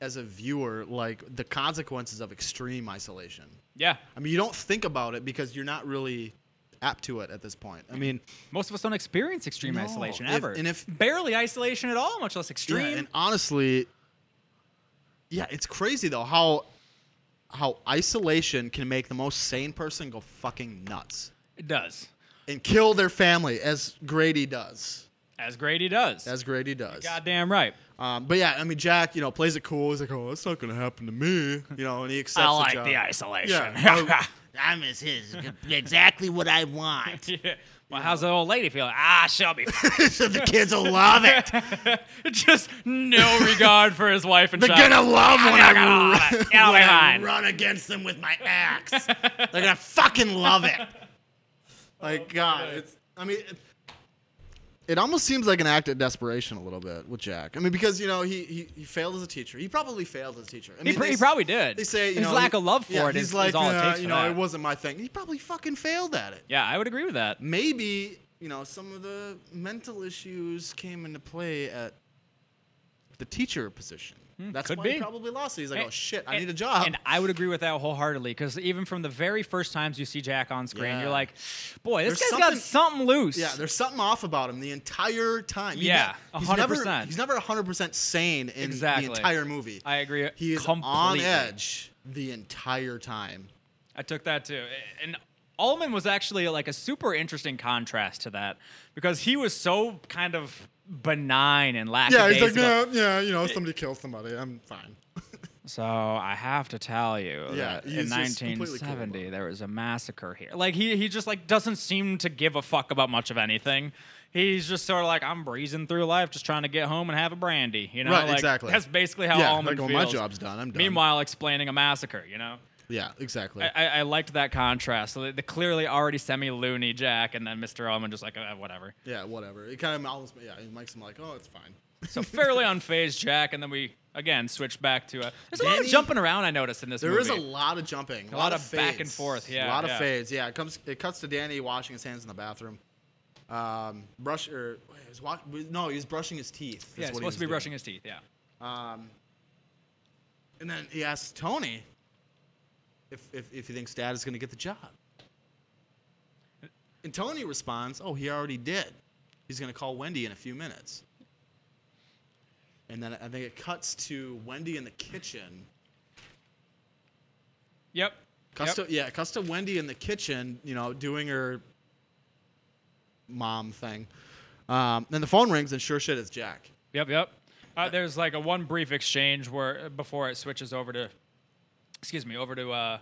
S6: as a viewer, like the consequences of extreme isolation.
S3: Yeah,
S6: I mean, you don't think about it because you're not really apt to it at this point. I mean,
S3: most of us don't experience extreme isolation
S6: if-
S3: ever,
S6: and if-
S3: barely isolation at all, much less extreme.
S6: Yeah, and honestly, yeah, it's crazy though how how isolation can make the most sane person go fucking nuts
S3: it does.
S6: and kill their family as Grady does.
S3: As Grady does.
S6: as Grady does.
S3: Goddamn right.
S6: Um, but yeah, I mean, Jack, you know, plays it cool. He's like, oh, that's not gonna happen to [LAUGHS] me, you know, and he accepts the job. Oh.
S1: isolation.
S3: [LAUGHS]
S6: Yeah.
S7: I'm as his. Exactly what I want.
S3: Well, how's the old lady feeling? Ah, she'll
S6: [LAUGHS]
S3: be fine.
S7: so the kids will love it.
S3: [LAUGHS] Just no regard for his wife and
S7: They're
S3: child.
S7: gonna love when I, run,
S3: love it. It'll be
S6: [LAUGHS]
S7: when I
S3: fine.
S7: run against them with my axe. They're gonna fucking love it.
S6: Like God, it's. I mean, it, it almost seems like an act of desperation a little bit with Jack. I mean, because you know he he, he failed as a teacher. He probably failed as a teacher. I mean,
S3: he, pr-
S6: they
S3: he
S6: s-
S3: probably did.
S6: They say you
S3: his
S6: know,
S3: lack
S6: he-
S3: of love for
S6: yeah,
S3: it
S6: he's
S3: is,
S6: like,
S3: is all it
S6: "Uh,
S3: takes. for
S6: You know,
S3: that.
S6: it wasn't my thing. He probably fucking failed at it.
S3: Yeah, I would agree with that.
S6: Maybe you know some of the mental issues came into play at the teacher position. That's
S3: Hmm, could
S6: why
S3: be.
S6: he probably lost it. He's like, oh
S3: And-
S6: shit, I
S3: and-
S6: need a job.
S3: And I would agree with that wholeheartedly because even from the very first times you see Jack on screen,
S6: Yeah.
S3: you're like, boy, this
S6: There's
S3: guy's got
S6: something-
S3: something loose.
S6: Yeah, there's something off about him the entire time. He
S3: Yeah,
S6: ne- he's never-
S3: 100%.
S6: He's never 100% sane in
S3: Exactly.
S6: the entire movie.
S3: I agree.
S6: he is
S3: completely.
S6: on edge the entire time.
S3: I took that too. And Ullman was actually like a super interesting contrast to that because he was so kind of benign and lackadaisical.
S6: yeah, you know, somebody kills somebody. I'm fine.
S3: So I have to tell you
S6: Yeah,
S3: that
S6: he's
S3: in
S6: just completely cool about
S3: 1970 there was a massacre here. Like he he just like doesn't seem to give a fuck about much of anything. He's just sort of like I'm breezing through life, just trying to get home and have a brandy. You know,
S6: Right,
S3: Like,
S6: exactly.
S3: That's basically how
S6: Yeah,
S3: Allman
S6: like, well,
S3: feels.
S6: my job's done. I'm done.
S3: Meanwhile, explaining a massacre. You know.
S6: Yeah, exactly.
S3: I, I, I liked that contrast. So the, the clearly already semi loony Jack, and then Mr. Ullman just like uh, whatever.
S6: yeah, whatever. It kind of almost, yeah, it makes him like, oh, it's fine.
S3: So
S6: [LAUGHS]
S3: fairly unfazed Jack, and then we again switch back to a. There's a lot of
S6: Danny-
S3: jumping around. I noticed in this
S6: There
S3: movie.
S6: is a lot of jumping, a
S3: lot
S6: lot,
S3: of back and
S6: fades,
S3: forth,
S6: a
S3: yeah,
S6: lot
S3: yeah.
S6: of fades. Yeah, it comes. It cuts to Danny washing his hands in the bathroom. Um, brush or wait, he was wa- no, he was brushing his teeth. is
S3: Yeah, he's
S6: what he
S3: supposed to
S6: was
S3: be
S6: doing.
S3: brushing his teeth. Yeah.
S6: And then he asks Tony if, if, if he thinks dad is going to get the job. And Tony responds, Oh, he already did. He's going to call Wendy in a few minutes. And then I think it cuts to Wendy in the kitchen.
S3: Yep.
S6: Cuts
S3: Yep.
S6: to, yeah, cuts to Wendy in the kitchen, you know, doing her mom thing. Um, then the phone rings, and sure shit, it's Jack.
S3: Yep, yep. Uh, there's like a one brief exchange where uh, before it switches over to, excuse me, over to uh,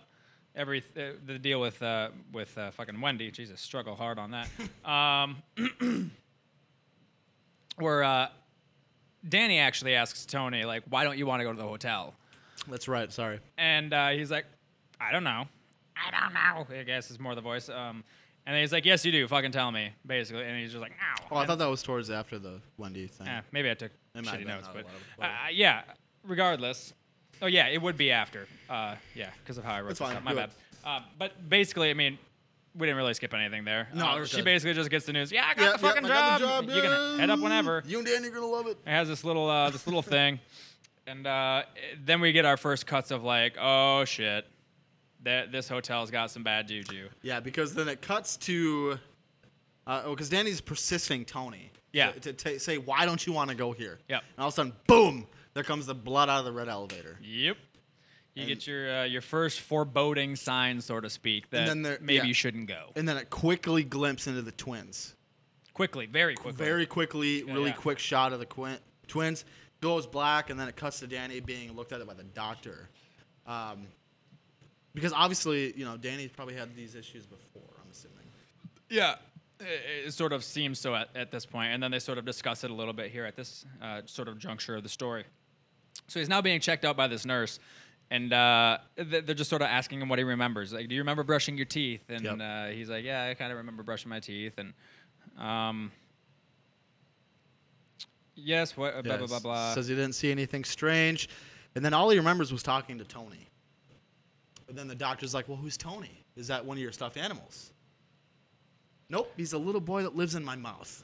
S3: every uh, the deal with uh, with uh, fucking Wendy. Jesus, struggle hard on that.
S6: [LAUGHS]
S3: um, [CLEARS THROAT] where uh, Danny actually asks Tony like, "Why don't you want to go to the hotel?"
S6: That's right, sorry.
S3: And uh, he's like, "I don't know."
S7: I don't know.
S3: I guess it's more the voice. Um, and then he's like, "Yes, you do. Fucking tell me." Basically, and he's just like, "Ow."
S6: Oh, I
S3: And-
S6: thought that was towards after the Wendy thing.
S3: Eh, maybe I took
S6: It might have
S3: shitty
S6: been
S3: notes,
S6: another
S3: but
S6: one,
S3: uh, yeah. Regardless, oh yeah, it would be after. Uh, yeah, because of how I wrote
S6: That's
S3: this
S6: fine,
S3: up. My
S6: do
S3: bad.
S6: it.
S3: Uh, but basically, I mean, we didn't really skip anything there.
S6: No,
S3: Uh,
S6: we're
S3: she
S6: good.
S3: basically just gets the news. Yeah, I got
S6: Yeah,
S3: the fucking
S6: yeah, I got the
S3: job. You can head up whenever.
S6: You and Danny are gonna love it.
S3: It has this little uh, this
S6: [LAUGHS]
S3: little thing, and uh, it- then we get our first cuts of like, oh shit, that this hotel's got some bad juju.
S6: Yeah, because then it cuts to, uh, because Danny's persisting Tony.
S3: Yeah.
S6: To, to ta- say why don't you want to go here?
S3: Yep.
S6: And all of a sudden, boom! There comes the blood out of the red elevator.
S3: Yep. You
S6: And-
S3: get your uh, your first foreboding sign, so to speak, that
S6: then there-
S3: maybe
S6: yeah.
S3: you shouldn't go.
S6: And then it quickly glimpses into the twins.
S3: Quickly, very quickly.
S6: Very quickly, really
S3: yeah.
S6: quick shot of the quin- twins goes black, and then it cuts to Danny being looked at by the doctor. Um, because obviously, you know, Danny's probably had these issues before. I'm assuming.
S3: Yeah. It, it sort of seems so at, at this point, And then they sort of discuss it a little bit here at this uh, sort of juncture of the story. So he's now being checked out by this nurse. And uh, th- they're just sort of asking him what he remembers. Like, do you remember brushing your teeth? And
S6: Yep.
S3: uh, he's like, yeah, I kind of remember brushing my teeth. And um, yes, what, blah, blah,
S6: Yes.
S3: blah, blah.
S6: Says he didn't see anything strange. And then all he remembers was talking to Tony. And then the doctor's like, Well, who's Tony? Is that one of your stuffed animals? Nope, he's a little boy that lives in my mouth.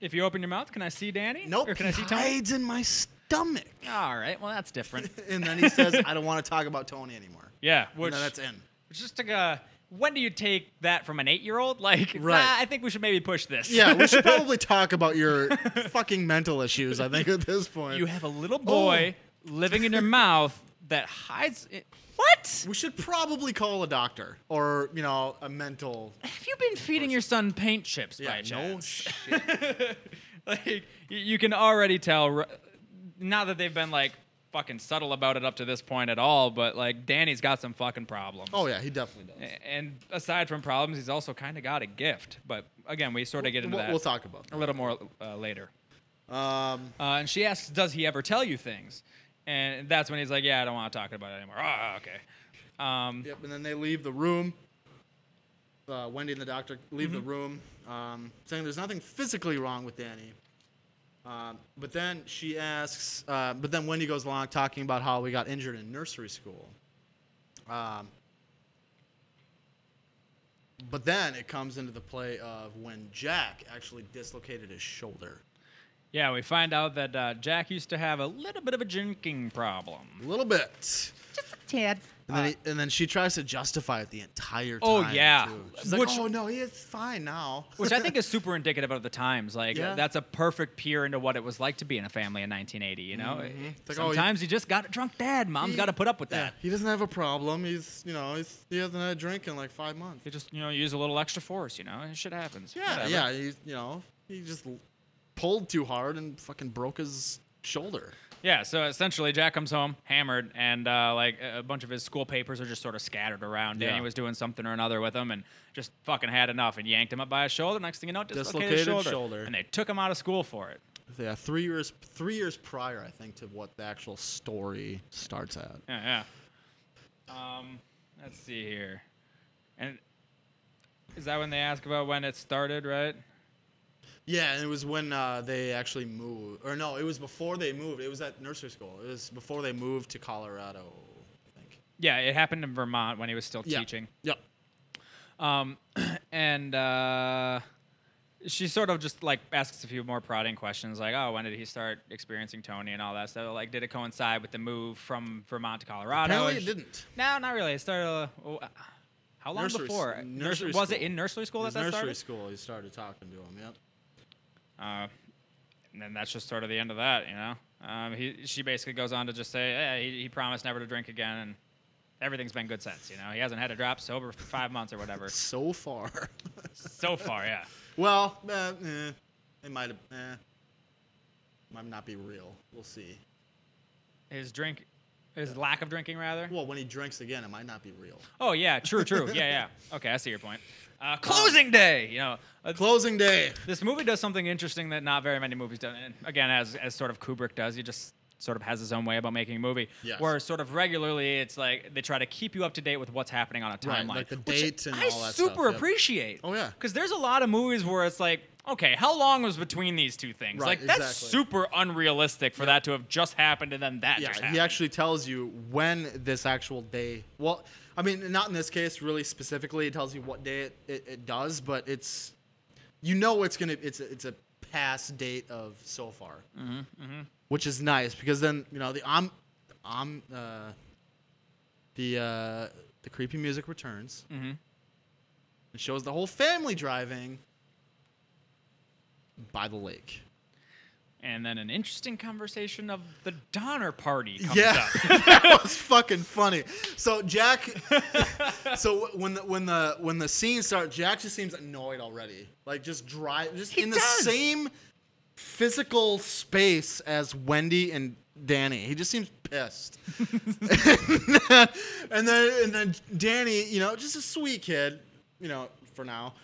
S3: if you open your mouth, can I see Danny?
S6: Nope,
S3: Or can I
S6: he
S3: see Tony?
S6: hides in my stomach.
S3: All right, well, that's
S6: [LAUGHS]
S3: different.
S6: And then he says, I don't want to talk about Tony anymore.
S3: yeah,
S6: Which,
S3: which
S6: and then that's in.
S3: It's just like a. When do you take that from an eight-year-old? [LAUGHS] Like,
S6: Right.
S3: nah, I think we should maybe push this.
S6: Yeah, we [LAUGHS] should probably talk about
S3: [LAUGHS]
S6: your fucking mental issues, I think, at this point. [LAUGHS]
S3: you have a little boy living in your mouth that hides it. What?
S6: We should probably call a doctor or you know a mental.
S3: Have you been feeding your son paint chips by
S6: Yeah, no
S3: chance?
S6: shit.
S3: [LAUGHS] like y- you can already tell r- not that they've been like fucking subtle about it up to this point at all but like danny's got some fucking problems
S6: Oh yeah, he definitely does.
S3: A- and aside from problems he's also kind of got a gift but again we sort of get into
S6: We'll,
S3: that
S6: we'll talk about
S3: a little more uh, later
S6: that. Um,
S3: uh, and she asks does he ever tell you things and that's when he's like yeah i don't want to talk about it anymore oh okay um,
S6: Yep, and then they leave the room. Uh, Wendy and the doctor leave
S3: Mm-hmm.
S6: the room, um, saying there's nothing physically wrong with Danny. Um, but then she asks, uh, but then Wendy goes along talking about how we got injured in nursery school. Um, but then it comes into the play of when Jack actually dislocated his shoulder.
S3: yeah we find out that uh, jack used to have a little bit of a drinking problem
S6: A little bit. Just a tad. And then, he, and then she tries to justify it the entire time.
S3: Uh, Oh, yeah.
S6: too. She's like,
S3: Which-
S6: oh, no, he is fine now.
S3: which I think is super indicative of the times. Like
S6: Yeah.
S3: that's a perfect peer into what it was like to be in a family in 1980. You know,
S6: It's like, oh, he-
S3: sometimes you just got a drunk dad. Mom's got to put up with
S6: Yeah,
S3: that.
S6: he doesn't have a problem. He's, you know, he's, he hasn't had a drink in like five months.
S3: You just you know use a little extra force. You know, and shit happens.
S6: Yeah,
S3: Whatever.
S6: yeah. He, you know, he just l- pulled too hard and fucking broke his shoulder.
S3: yeah. So essentially, Jack comes home hammered, and uh, like a a bunch of his school papers are just sort of scattered around. Danny
S6: Yeah.
S3: was doing something or another with him, and just fucking had enough, and yanked him up by his shoulder. Next thing you know, dislocated, his
S6: Dislocated
S3: shoulder,
S6: shoulder.
S3: and they took him out of school for it.
S6: Yeah, three years, three years prior, I think, to what the actual story starts at.
S3: Yeah, yeah. Um, let's see here. And is that when they ask about when it started, right?
S6: Yeah, and it was when uh, they actually moved, or no, it was before they moved. It was at nursery school. It was before they moved to Colorado, I think.
S3: Yeah, it happened in Vermont when he was still
S6: Yeah.
S3: teaching.
S6: Yep.
S3: Um, [CLEARS THROAT] and uh, she sort of just like asks a few more prodding questions, like, "Oh, when did he start experiencing Tony and all that stuff? Like, did it coincide with the move from Vermont to Colorado?"
S6: Apparently,
S3: And
S6: it
S3: she-
S6: didn't.
S3: No, not really. It started. Uh, oh, uh, how long
S6: Nursery s-
S3: before?
S6: nursery
S3: was it
S6: school.
S3: in nursery school
S6: It
S3: that
S6: was
S3: that
S6: nursery
S3: started?
S6: school. He started talking to him. Yep.
S3: Uh, and then that's just sort of the end of that, you know. Um, he she basically goes on to just say, yeah, he, he promised never to drink again, and everything's been good since. You know, he hasn't had a drop sober for five months or
S6: [LAUGHS]
S3: whatever
S6: So far.
S3: so far. Yeah,
S6: Well, uh, eh, it might have. Eh, might not be real. We'll see.
S3: his drink, his lack of drinking rather.
S6: Well, when he drinks again, it might not be real.
S3: Oh yeah, true, true. yeah, yeah. Okay, I see your point.
S6: [LAUGHS]
S3: Uh, closing day. You know, uh,
S6: Closing day.
S3: this movie does something interesting that not very many movies do. And again, as as sort of Kubrick does, he just sort of has his own way about making a movie.
S6: Yes.
S3: Where sort of regularly, it's like they try to keep you up to date with what's happening on a
S6: Right,
S3: timeline.
S6: like the
S3: which
S6: dates and
S3: I
S6: all that
S3: super
S6: stuff, yep.
S3: appreciate.
S6: Oh, yeah.
S3: Because there's a lot of movies where it's like, okay, how long was between these two things?
S6: Right,
S3: like that's
S6: exactly.
S3: super unrealistic for that to have just happened and then that
S6: Yeah,
S3: just
S6: he
S3: happened.
S6: actually tells you when this actual day. Well, I mean, not in this case, really specifically. It tells you what day it, it, it does, but it's you know it's gonna it's a, it's a past date of so far, mm-hmm, which is nice because then you know the um um uh, the uh, the creepy music returns. Mm-hmm. It shows the whole family driving by the lake.
S3: and then an interesting conversation of the Donner Party comes
S6: yeah,
S3: up.
S6: that was fucking funny. So
S3: [LAUGHS]
S6: Jack, so when the when the when the scene starts, Jack just seems annoyed already. Like just dry, just in
S3: does.
S6: the same physical space as Wendy and Danny. He just seems
S3: [LAUGHS]
S6: pissed. and then and then Danny, you know, just a sweet kid, you know, for now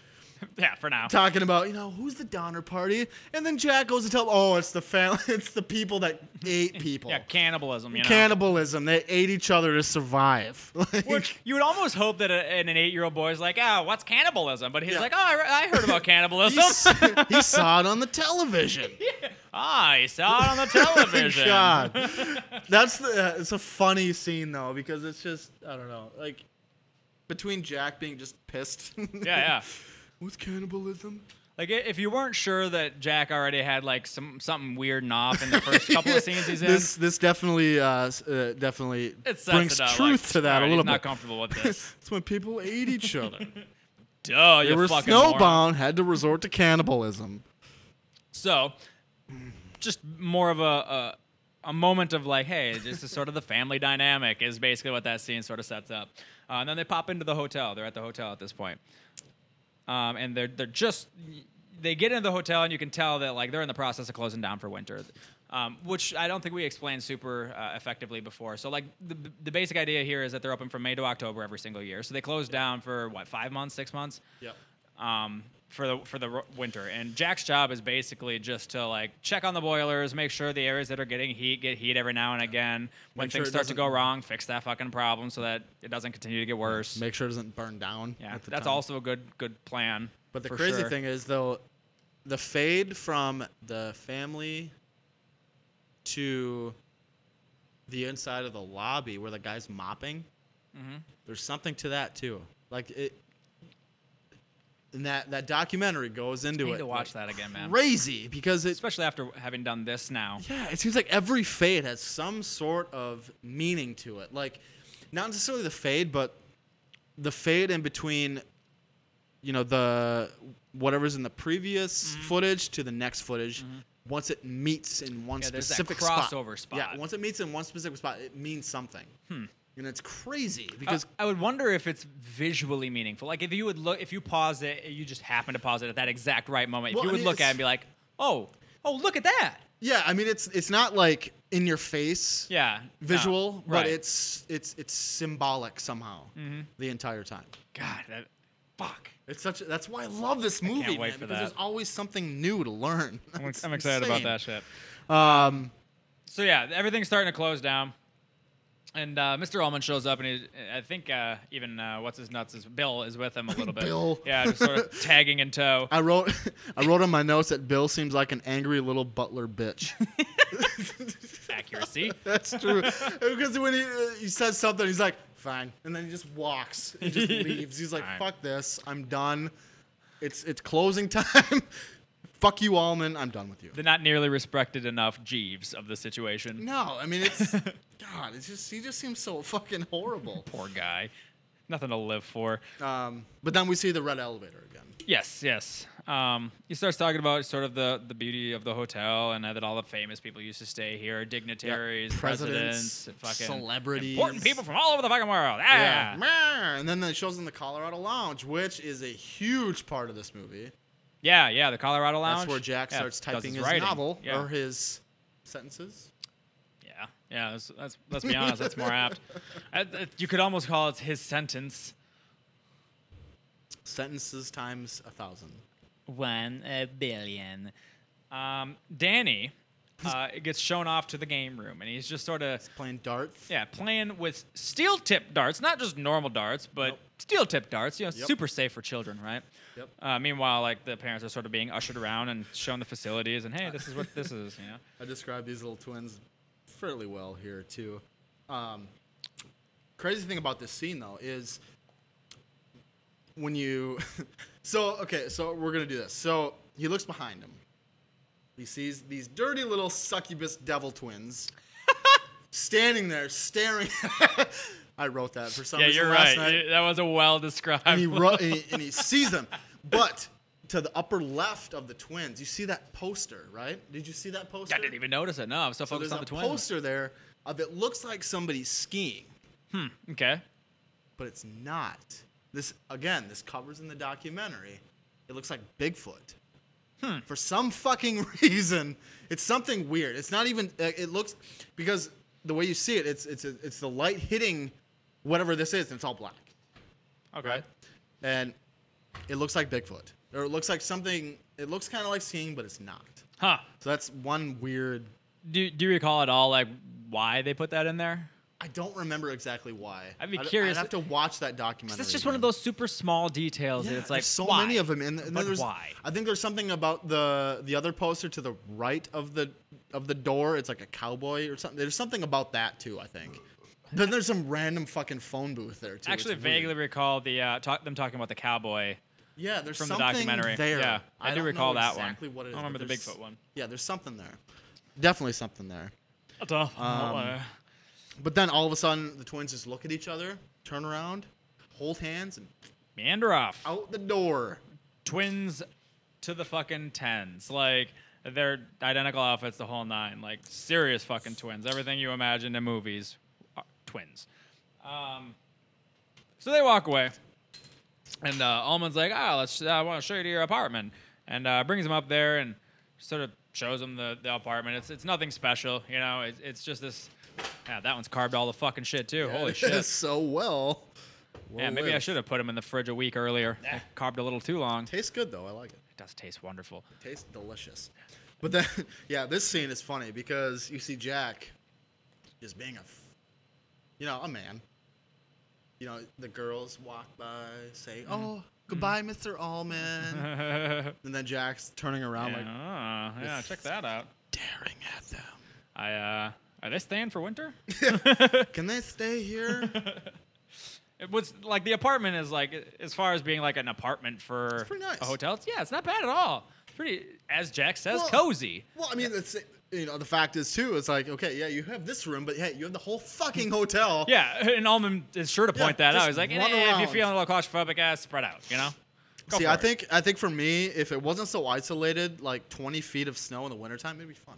S3: yeah, for now.
S6: talking about you know who's the Donner Party, and then Jack goes to tell, oh, it's the family, [LAUGHS] it's the people that ate
S3: [LAUGHS]
S6: people
S3: Yeah, cannibalism. You know?
S6: cannibalism. They ate each other to survive. [LAUGHS] Like,
S3: Which you would almost hope that a, an eight-year-old boy is like, "Ah, what's cannibalism?" But he's
S6: Yeah.
S3: like, "Oh, I, I heard
S6: [LAUGHS]
S3: about
S6: he,
S3: cannibalism.
S6: s- he saw it on the television.
S3: [LAUGHS] ah, I saw it
S6: [LAUGHS]
S3: on the television."
S6: God, that's the. Uh, it's a funny scene though because it's just I don't know like between Jack being just pissed. [LAUGHS]
S3: Yeah, yeah.
S6: What's cannibalism?
S3: Like i- if you weren't sure that Jack already had like some something weird and off in the first
S6: [LAUGHS]
S3: couple of scenes he's in,
S6: This
S3: [LAUGHS]
S6: this definitely uh, s- uh definitely
S3: it sets
S6: brings
S3: it up,
S6: truth
S3: like,
S6: to that
S3: "Alright,
S6: a little
S3: he's Not
S6: bit.
S3: comfortable
S6: [LAUGHS]
S3: with this.
S6: It's when people
S3: [LAUGHS]
S6: ate each other.
S3: Duh,
S6: they
S3: you
S6: were
S3: fucking moron.
S6: snowbound, had to resort to cannibalism.
S3: So, just more of a, a a moment of like, hey, this is sort of the family dynamic is basically what that scene sort of sets up. Uh, and then they pop into the hotel. They're at the hotel at this point, um, and they're they're just they get into the hotel and you can tell that like they're in the process of closing down for winter. Um, which I don't think we explained super uh, effectively before. So, like, the, the basic idea here is that they're open from May to October every single year. So, they close down for what, five months, six months?
S6: Yep.
S3: um, for the for the ro- winter. And Jack's job is basically just to like check on the boilers, make sure the areas that are getting heat get heat every now and again. When
S6: Make sure
S3: things
S6: it
S3: start to
S6: doesn't-
S3: go wrong, fix that fucking problem so that it doesn't continue to get worse.
S6: Make sure it doesn't burn down.
S3: yeah,
S6: at the
S3: that's
S6: time.
S3: also a good good plan.
S6: But the
S3: for
S6: crazy
S3: sure.
S6: thing is though, the fade from the family to the inside of the lobby where the guy's mopping.
S3: Mm-hmm.
S6: There's something to that too. Like it. And that, that documentary goes into
S3: I need
S6: it.
S3: to watch
S6: like,
S3: that again, man.
S6: Crazy because it
S3: Especially after having done this now.
S6: Yeah, it seems like every fade has some sort of meaning to it. Like, not necessarily the fade, but the fade in between, you know, the whatever's in the previous
S3: Mm-hmm.
S6: footage to the next footage. Once it meets in one
S3: Yeah, there's that
S6: specific
S3: crossover spot. Hmm.
S6: Yeah, once it meets in one specific spot, it means something. And it's crazy
S3: Uh,
S6: because
S3: I I would wonder if it's visually meaningful. Like if you would look, if you pause it, you just happen to pause it at that exact right moment. If
S6: Well,
S3: you
S6: I
S3: would
S6: mean,
S3: look at
S6: it's-
S3: it and be like, "Oh, oh, look at that!"
S6: yeah, I mean it's it's not like in your face
S3: Yeah, no,
S6: visual, but
S3: right. Mm-hmm.
S6: it's it's it's symbolic somehow the entire time.
S3: God, that, fuck.
S6: It's such. That's why I love this movie.
S3: can't wait
S6: man,
S3: for
S6: because
S3: that.
S6: There's always something new to learn.
S3: [LAUGHS] I'm,
S6: [LAUGHS] It's
S3: I'm excited about
S6: insane.
S3: that shit.
S6: Um,
S3: So yeah, everything's starting to close down, and uh, Mr. Allman shows up, and he, I think uh, even uh, what's his nuts is Bill is with him a little bit.
S6: Bill.
S3: yeah, just sort [LAUGHS] of tagging in tow.
S6: I wrote, [LAUGHS] I wrote on my notes that Bill seems like an angry little butler
S3: [LAUGHS]
S6: bitch.
S3: Accuracy.
S6: That's true. because when he, uh, he says something, he's like, "Fine," and then he just walks
S3: [LAUGHS]
S6: and just leaves. He's like,
S3: Fine.
S6: "Fuck this. I'm done. It's it's closing [LAUGHS] time. Fuck you, Allman. I'm done with you."
S3: the not nearly respected enough Jeeves of the situation.
S6: No, I
S3: [LAUGHS]
S6: mean it's God. It's just he just seems so fucking horrible.
S3: Poor guy, nothing to live for.
S6: Um, but then we see the red elevator again.
S3: Yes, yes. Um, he starts talking about sort of the, the beauty of the hotel and that all the famous people used to stay here, dignitaries,
S6: presidents,
S3: presidents, fucking
S6: celebrities.
S3: important people from all over the fucking world.
S6: Yeah.
S3: Ah!
S6: Meh. And then it shows in the Colorado Lounge, which is a huge part of this movie.
S3: Yeah, yeah, the Colorado Lounge.
S6: That's where Jack
S3: Yeah,
S6: starts
S3: does
S6: typing his,
S3: writing.
S6: novel
S3: Yeah,
S6: or his sentences.
S3: yeah, yeah. That's, that's, let's be honest, that's more
S6: [LAUGHS]
S3: apt. Uh, uh, you could almost call it his sentence.
S6: Sentences times a thousand.
S3: One billion. Um, Danny uh, gets shown off to the game room, and he's just sort of
S6: Playing darts.
S3: yeah playing with steel tip darts, not just normal darts, but steel tip darts. You know,
S6: Yep.
S3: super safe for children, right?
S6: Yep.
S3: Uh, meanwhile, like the parents are sort of being ushered around and shown the facilities, and hey, this is what this is. [LAUGHS] You know.
S6: I described these little twins fairly well here too. Um, crazy thing about this scene though is when you, [LAUGHS] so okay, so we're gonna do this. So he looks behind him. He sees these dirty little succubus devil twins standing there staring. [LAUGHS] I wrote that for some
S3: Yeah,
S6: reason
S3: you're right.
S6: last night
S3: You- That was a well described.
S6: and
S3: [LAUGHS]
S6: he, ru- and, he, and he sees them. But to the upper left of the twins, you see that poster, right? Did you see that poster?
S3: I didn't even notice it. No, I was so
S6: So
S3: focused on
S6: there's a
S3: the twins.
S6: poster there of it looks like somebody's skiing,
S3: Okay.
S6: but it's not. This again, this covers in the documentary. It looks like Bigfoot.
S3: Hmm.
S6: For some fucking [LAUGHS] reason, it's something weird. It's not even. uh, It looks because the way you see it, it's it's it's the light hitting whatever this is, and it's all black.
S3: Okay.
S6: and it looks like Bigfoot, or it looks like something. It looks kind of like skiing, but it's not.
S3: Huh.
S6: So that's one weird.
S3: Do Do you recall at all like why they put that in there?
S6: I don't remember exactly why.
S3: I'd be
S6: I'd-
S3: curious-
S6: I'd have to watch that documentary.
S3: That's just one of
S6: again.
S3: those super small details. that
S6: Yeah,
S3: it's like
S6: there's so
S3: why?
S6: many of them, and, and
S3: But
S6: there's,
S3: why?
S6: I think there's something about the the other poster to the right of the of the door. It's like a cowboy or something. There's something about that too. I think. Then there's some random fucking phone booth there too.
S3: I actually
S6: It's weird.
S3: vaguely recall the uh, talk, them talking about the cowboy.
S6: Yeah, there's
S3: from the
S6: something
S3: documentary.
S6: there.
S3: Yeah, I do
S6: don't
S3: recall
S6: know
S3: that one.
S6: exactly What
S3: I
S6: it is,
S3: remember
S6: but
S3: the
S6: there's-
S3: Bigfoot one.
S6: Yeah, there's something there. Definitely something there.
S3: Um,
S6: But then all of a sudden, the twins just look at each other, turn around, hold hands, and
S3: Meander off.
S6: out the door.
S3: Twins to the fucking tens. Like They're identical outfits, the whole nine. Like serious fucking twins. Everything you imagine in movies, are twins. Um, so they walk away, and uh, Almond's like, "Ah, let's. I want to show you to your apartment," and uh, brings him up there and sort of shows him the, the apartment. It's it's nothing special, you know. It's it's just this. Yeah, that one's carved all the fucking shit too. Holy shit.
S6: so well.
S3: Yeah,
S6: Well
S3: maybe I
S6: lived.
S3: should have put them in the fridge a week earlier. I carved a little too long. It
S6: Tastes good though. I like it.
S3: does taste wonderful.
S6: tastes delicious. But then, [LAUGHS] yeah, this scene is funny because you see Jack just being a, f- you know, a man. You know, the girls walk by, say, "Oh, goodbye, Mr. Allman,"
S3: yeah,
S6: and then Jack's turning around like
S3: ah, yeah, check that out.
S6: staring at them.
S3: I uh, are they staying for winter?
S6: Can they stay here? [LAUGHS]
S3: It was like the apartment is like as far as being like an apartment for
S6: pretty nice.
S3: a hotel. It's, yeah, it's not bad at all. It's pretty, as Jack says,
S6: Well-
S3: cozy.
S6: well, I mean, it's you know, the fact is too. It's like, okay, yeah, you have this room, but hey, you have the whole fucking hotel.
S3: Yeah, [LAUGHS] and Almond is sure to
S6: Yeah,
S3: point that out.
S6: just
S3: He's like,
S6: run
S3: "Eh, if you're
S6: around."
S3: feeling a little claustrophobic, ass, spread out. You know. Go
S6: see,
S3: for
S6: I
S3: it.
S6: think I think for me, if it wasn't so isolated, like 20 feet of snow in the wintertime, it'd be fun.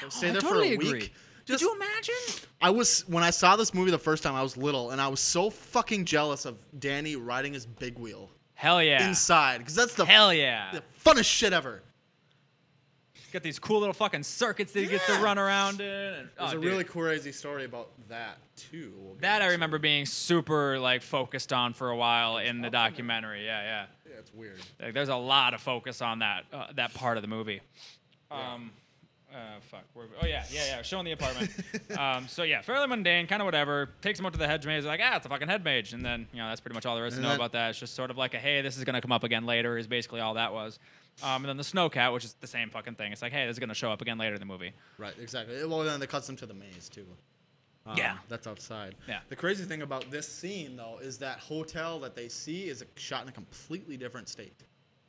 S6: So Stay
S3: I
S6: there
S3: totally
S6: for a week.
S3: agree.
S6: Just,
S3: Could you imagine?
S6: I was when I saw this movie the first time, I was little, and I was so fucking jealous of Danny riding his big wheel
S3: Hell yeah.
S6: inside because that's the
S3: Hell yeah.
S6: the funnest shit ever.
S3: Got these cool little fucking circuits that he gets to
S6: Yeah.
S3: run around in. And, oh,
S6: There's a
S3: dude.
S6: really crazy story about that too. we'll get
S3: that I
S6: into.
S3: remember being super like focused on for a while in the documentary. Yeah,
S6: Yeah, it's weird.
S3: yeah. Like, there's a lot of focus on that uh, that part of the movie. Um, uh, fuck. Where, oh yeah, yeah, yeah. Showing the
S6: [LAUGHS]
S3: apartment. um, so yeah, fairly mundane, kind of whatever. Takes him up to the hedge maze. Like ah, it's a fucking hedge mage. And then you know that's pretty much all there is to
S6: And
S3: know
S6: then-
S3: about that. It's just sort of like a hey, this is gonna come up again later. Is basically all that was. Um, and then the snow cat, which is the same fucking thing. It's like hey, this is gonna show up again later in the movie.
S6: Right, exactly. Well, then they cuts him to the maze too. Um,
S3: Yeah.
S6: that's outside.
S3: Yeah.
S6: The crazy thing about this scene though is that hotel that they see is shot in a completely different state.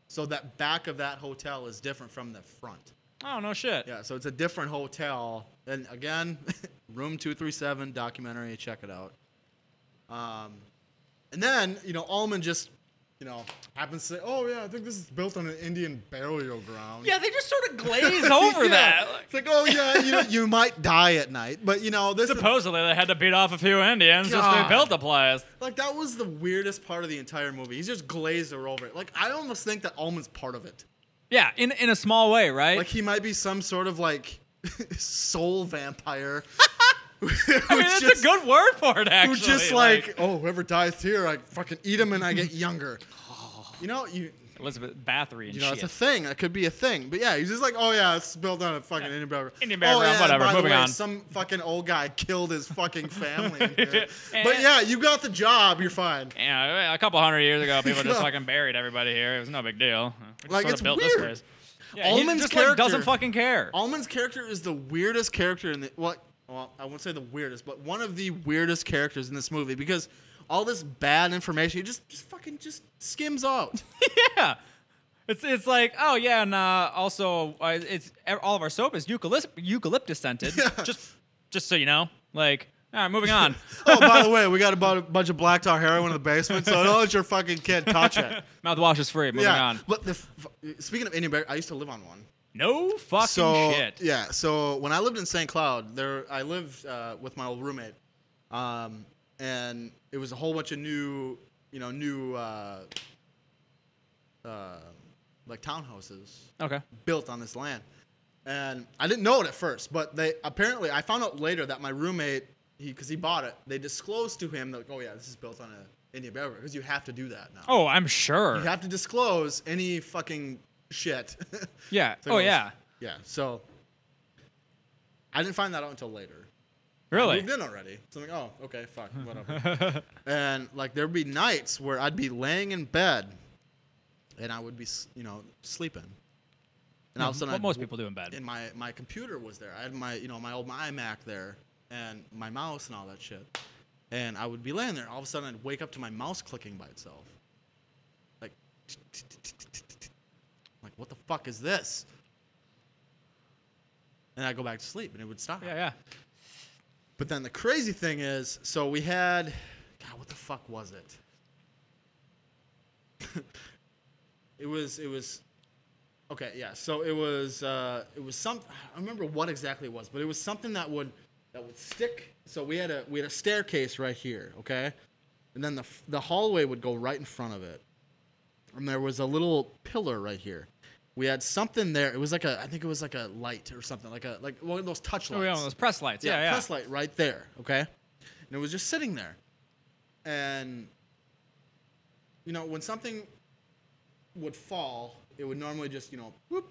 S6: So that back of that hotel is different from the front.
S3: Oh no shit. [LAUGHS]
S6: Yeah, so it's a different hotel. And again, [LAUGHS] room 237 documentary, check it out. Um, and then, you know, Allman just, you know, happens to say, oh, yeah, I think this is built on an Indian burial ground.
S3: Yeah, they just sort of glaze over
S6: [LAUGHS] Yeah.
S3: that. Like,
S6: It's like, oh, yeah, you, know, you might die at night. But, you know, this is,
S3: Supposedly they had to beat off a few Indians just to
S6: God.
S3: build the place.
S6: like, that was the weirdest part of the entire movie. He's just glazed over it. Like, I almost think that Allman's part of it.
S3: Yeah, in in a small way, right?
S6: Like, he might be some sort of, like, [LAUGHS] soul vampire.
S3: I mean, that's a good word for it,
S6: who
S3: actually.
S6: just like, oh, whoever dies here, I fucking eat him and I get younger. You know, you
S3: Elizabeth Bathory and
S6: you know,
S3: shit.
S6: it's a thing. That could be a thing. But yeah, he's just like, oh yeah, it's built on a fucking Indian background.
S3: Indian
S6: oh,
S3: background,
S6: and
S3: whatever,
S6: By
S3: moving
S6: the way,
S3: on.
S6: Some fucking old guy killed his fucking family. in
S3: [LAUGHS]
S6: here.
S3: And-
S6: but yeah, you got the job. You're fine.
S3: yeah, a couple hundred years ago, people just [LAUGHS]
S6: Yeah.
S3: fucking buried everybody here. It was no big deal. We just
S6: Like,
S3: sort
S6: it's
S3: of built
S6: weird.
S3: this place. Yeah, he
S6: Ullman's
S3: just like doesn't
S6: character-
S3: fucking care.
S6: Almond's character is the weirdest character in the what? Well, I won't say the weirdest, but one of the weirdest characters in this movie because all this bad information he just just fucking just skims out.
S3: yeah. It's, it's like oh yeah and uh, also uh, it's all of our soap is eucalyptus eucalyptus scented
S6: Yeah.
S3: just just so you know like all right moving [LAUGHS] on
S6: [LAUGHS] oh, by the way, we got a bu- bunch of black tar heroin in the basement, so don't let your fucking kid touch it.
S3: mouthwash is free moving
S6: yeah.
S3: on
S6: But the f- speaking of Indian bear, I used to live on one.
S3: no fucking
S6: So
S3: shit
S6: yeah, so when I lived in St. Cloud, there I lived uh, with my old roommate, um, and it was a whole bunch of new, you know, new uh, uh, like townhouses
S3: okay
S6: built on this land. And I didn't know it at first, but they apparently I found out later that my roommate, he because he bought it, they disclosed to him that oh yeah, this is built on a Indian burial because you have to do that now.
S3: Oh, I'm sure.
S6: You have to disclose any fucking shit. [LAUGHS]
S3: Yeah.
S6: So it
S3: oh,
S6: was-
S3: yeah.
S6: Yeah. So I didn't find that out until later.
S3: Really?
S6: Moved in already. So I'm like, oh, okay, fuck, whatever.
S3: [LAUGHS]
S6: and like there'd be nights where I'd be laying in bed, and I would be, s- you know, sleeping. And all of a sudden,
S3: Mm-hmm. What
S6: I'd
S3: most
S6: w-
S3: people do in bed.
S6: and my my computer was there. I had my you know my old iMac there and my mouse and all that shit. And I would be laying there. All of a sudden, I'd wake up to my mouse clicking by itself. Like, like what the fuck is this? And I go back to sleep, and it would stop.
S3: Yeah, yeah.
S6: But then the crazy thing is, so we had, God, what the fuck was it? [LAUGHS] it was it was Okay, yeah. So it was uh, it was some I don't remember what exactly it was, but it was something that would that would stick. So we had a we had a staircase right here, okay, and then the f- the hallway would go right in front of it, and there was a little pillar right here. We had something there. It was like a I think it was like a light or something like a like one of those touch lights.
S3: Oh, yeah, those press lights. Yeah, yeah.
S6: press light right there, okay, and it was just sitting there, and you know when something would fall, it would normally just, you know, whoop,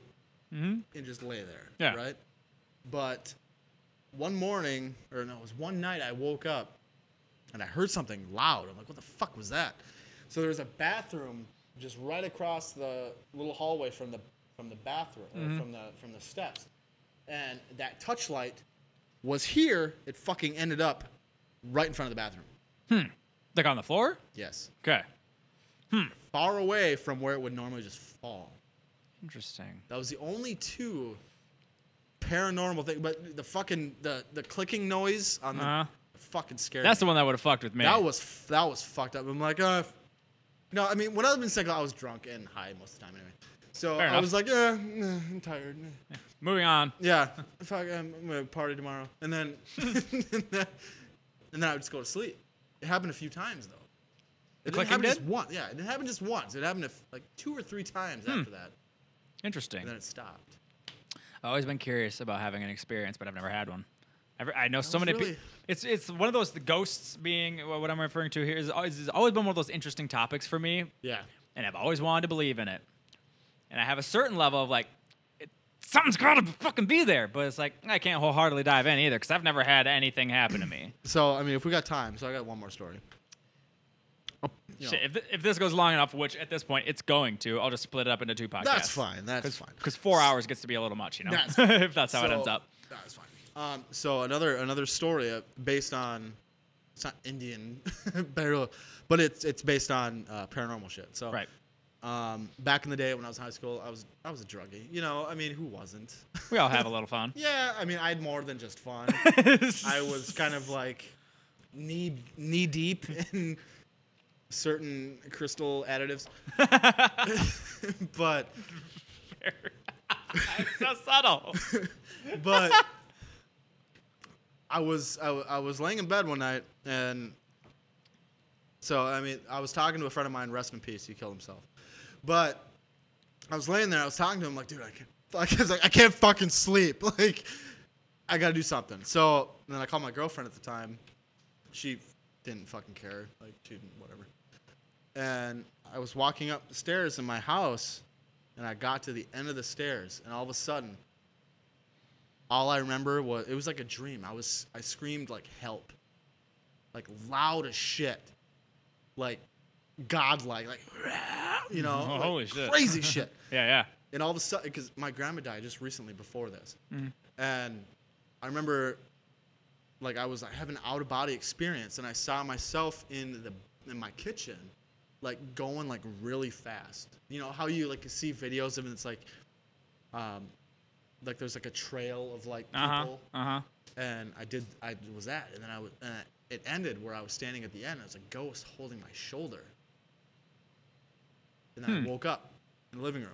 S6: and just lay there.
S3: Yeah.
S6: Right? But one morning, or no, it was one night, I woke up and I heard something loud. I'm like, what the fuck was that? So there was a bathroom just right across the little hallway from the from the bathroom or from the from the steps. And that touch light was here. It fucking ended up right in front of the bathroom.
S3: Like on the floor?
S6: Yes.
S3: Okay.
S6: Far away from where it would normally just fall.
S3: Interesting.
S6: That was the only two paranormal thing. But the fucking the the clicking noise on the
S3: Uh-huh.
S6: fucking scary.
S3: That's the one that would have fucked with me.
S6: That was f- that was fucked up. I'm like, uh, f- no. I mean, when I was in second, I was drunk and high most of the time anyway. So
S3: Fair
S6: I
S3: enough.
S6: was like, yeah, I'm tired.
S3: Moving on.
S6: Yeah, fuck, I'm, I'm gonna party tomorrow. And then, [LAUGHS] and then, and then I would just go to sleep. It happened a few times though. It
S3: clicking
S6: didn't happen
S3: did?
S6: just once. Yeah, it didn't happen just once. It happened a f- like two or three times
S3: Hmm.
S6: after that,
S3: Interesting.
S6: and then it stopped.
S3: I've always been curious about having an experience, but I've never had one. Ever, I know so
S6: was
S3: many
S6: really-
S3: people. It's it's one of those the ghosts being wha- what I'm referring to here is always, has always been one of those interesting topics for me,
S6: Yeah.
S3: and I've always wanted to believe in it. And I have a certain level of like, it, something's got to fucking be there, but it's like I can't wholeheartedly dive in either because I've never had anything happen to me.
S6: So I mean, if we got time, so I got one more story. No.
S3: Shit, if, th- if this goes long enough, which at this point it's going to, I'll just split it up into two podcasts.
S6: That's fine. That's fine.
S3: Because four hours gets to be a little much, you know, [LAUGHS]
S6: That's fine.
S3: if that's how it
S6: So-
S3: ends up.
S6: That's fine. Um, so another another story uh, based on it's not Indian, [LAUGHS] but but it's it's based on uh, paranormal shit. So
S3: Right.
S6: Um, back in the day when I was in high school, I was I was a druggie. You know, I mean, who wasn't? [LAUGHS]
S3: We all have a little fun.
S6: yeah, I mean, I had more than just fun. I was kind of like knee knee deep in certain crystal additives, [LAUGHS] but.
S3: [LAUGHS] so subtle.
S6: but I was I, w- I was laying in bed one night and so I mean I was talking to a friend of mine. Rest in peace. He killed himself. But I was laying there. I was talking to him like, dude, I can't. [LAUGHS] I was like, I can't fucking sleep. [LAUGHS] Like, I gotta do something. So and then I called my girlfriend at the time. She didn't fucking care. Like she didn't whatever. And I was walking up the stairs in my house, and I got to the end of the stairs, and all of a sudden, all I remember was it was like a dream. I was I screamed like help, like loud as shit, like godlike, like [LAUGHS] you know,
S3: Oh, [LAUGHS]
S6: like,
S3: holy shit.
S6: crazy shit.
S3: Yeah, yeah.
S6: And all of a sudden, because my grandma died just recently before this, and I remember, like I was like, having an out of body experience, and I saw myself in the in my kitchen, like going like really fast. You know how you like see videos of it, it's like, um, like there's like a trail of like people,
S3: Uh huh. Uh huh.
S6: and I did I was that, and then I was and I- it ended where I was standing at the end. and It was a ghost holding my shoulder, and then I woke up in the living room.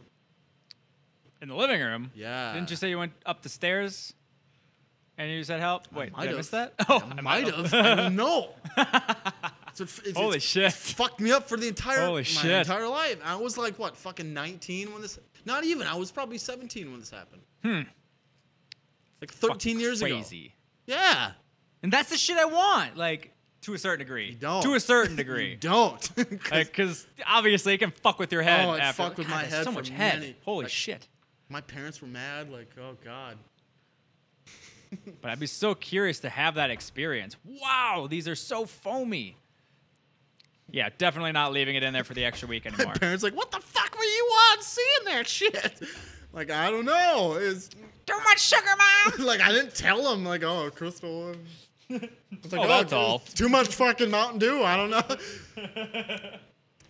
S3: In the living room.
S6: Yeah.
S3: Didn't you say you went up the stairs? And you said help? Wait,
S6: might
S3: did I
S6: have.
S3: miss that?
S6: [LAUGHS]
S3: [LAUGHS]
S6: Oh, I might have. I don't know. So it's, it's,
S3: Holy
S6: it's
S3: shit.
S6: Fucked me up for the entire
S3: Holy
S6: my
S3: shit.
S6: entire life. I was like what, fucking 19 when this? Not even. I was probably 17 when this happened. Hmm. Like 13 years ago.
S3: Crazy.
S6: Yeah.
S3: And that's the shit I want. Like, to a certain degree.
S6: You don't.
S3: To a certain
S6: [LAUGHS] You
S3: degree.
S6: don't.
S3: Like, because obviously it can fuck with your head.
S6: Oh, it
S3: after.
S6: fucked with
S3: God,
S6: my
S3: there's
S6: head
S3: So
S6: for
S3: much head.
S6: many-
S3: Holy
S6: like-
S3: shit.
S6: my parents were mad. Like, oh god.
S3: But I'd be so curious to have that experience. Wow, these are so foamy. Yeah, definitely not leaving it in there for the extra [LAUGHS] week anymore.
S6: My parents like, what the fuck were you on seeing that shit? [LAUGHS] Like, I don't know. It's
S3: Too much sugar, mom.
S6: like I didn't tell him like, oh, crystal. It's like,
S3: Oh, that's all.
S6: Too much fucking Mountain Dew. I don't know.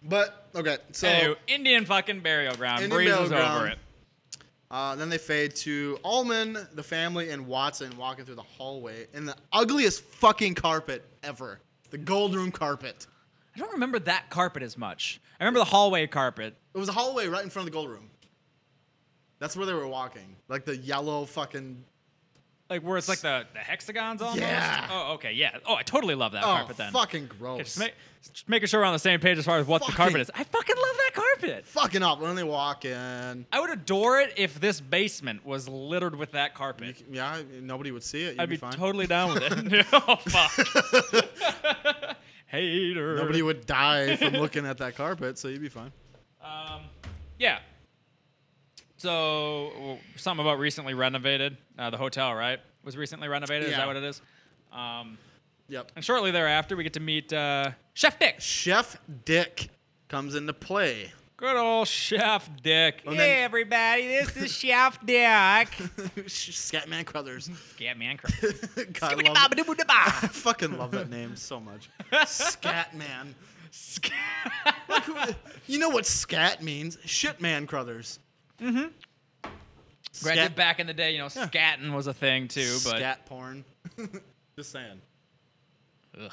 S6: [LAUGHS] but okay, so
S3: Anywho, Indian fucking burial ground.
S6: Oh. Indian
S3: Breeze
S6: burial
S3: was over
S6: ground.
S3: it.
S6: uh, then they fade to Allman, the family, and Watson walking through the hallway in the ugliest fucking carpet ever. The gold room carpet.
S3: I don't remember that carpet as much. I remember the hallway carpet.
S6: It was a hallway right in front of the gold room. That's where they were walking. Like the yellow fucking.
S3: Like where it's like the, the hexagons almost.
S6: Yeah.
S3: Oh, okay, yeah. Oh, I totally love that
S6: Oh,
S3: carpet then.
S6: fucking
S3: Okay,
S6: gross.
S3: Just, make, just making sure we're on the same page as far as what the carpet
S6: Fucking-
S3: is. I fucking love that carpet.
S6: fucking up when they walk in.
S3: I would adore it if this basement was littered with that carpet.
S6: Yeah, nobody would see it. You'd
S3: I'd
S6: be,
S3: be
S6: fine.
S3: totally down with
S6: [LAUGHS]
S3: it. [LAUGHS] oh fuck. Hater.
S6: nobody
S3: [LAUGHS]
S6: would die from looking at that carpet, so you'd be fine.
S3: Um, yeah. So w- something about recently renovated. Uh, the hotel, right, was recently renovated. Is
S6: Yeah.
S3: that what it is? Um,
S6: Yep.
S3: and shortly thereafter, we get to meet uh, Chef Dick.
S6: Chef Dick comes into play. [LAUGHS]
S3: Good old Chef Dick.
S6: And
S3: hey,
S6: then-
S3: everybody, this is Chef [LAUGHS] Dick.
S6: Scatman Crothers.
S3: Get man
S6: [LAUGHS]
S3: crazy.
S6: God, I love it. [LAUGHS] I fucking love that name so much. Scatman. [LAUGHS] Like, who- you know what scat means? Shitman Crothers. Mm-hmm.
S3: Granted, back in the day, you know, scatting was a thing too, but
S6: scat porn. [LAUGHS] Just saying.
S3: ugh.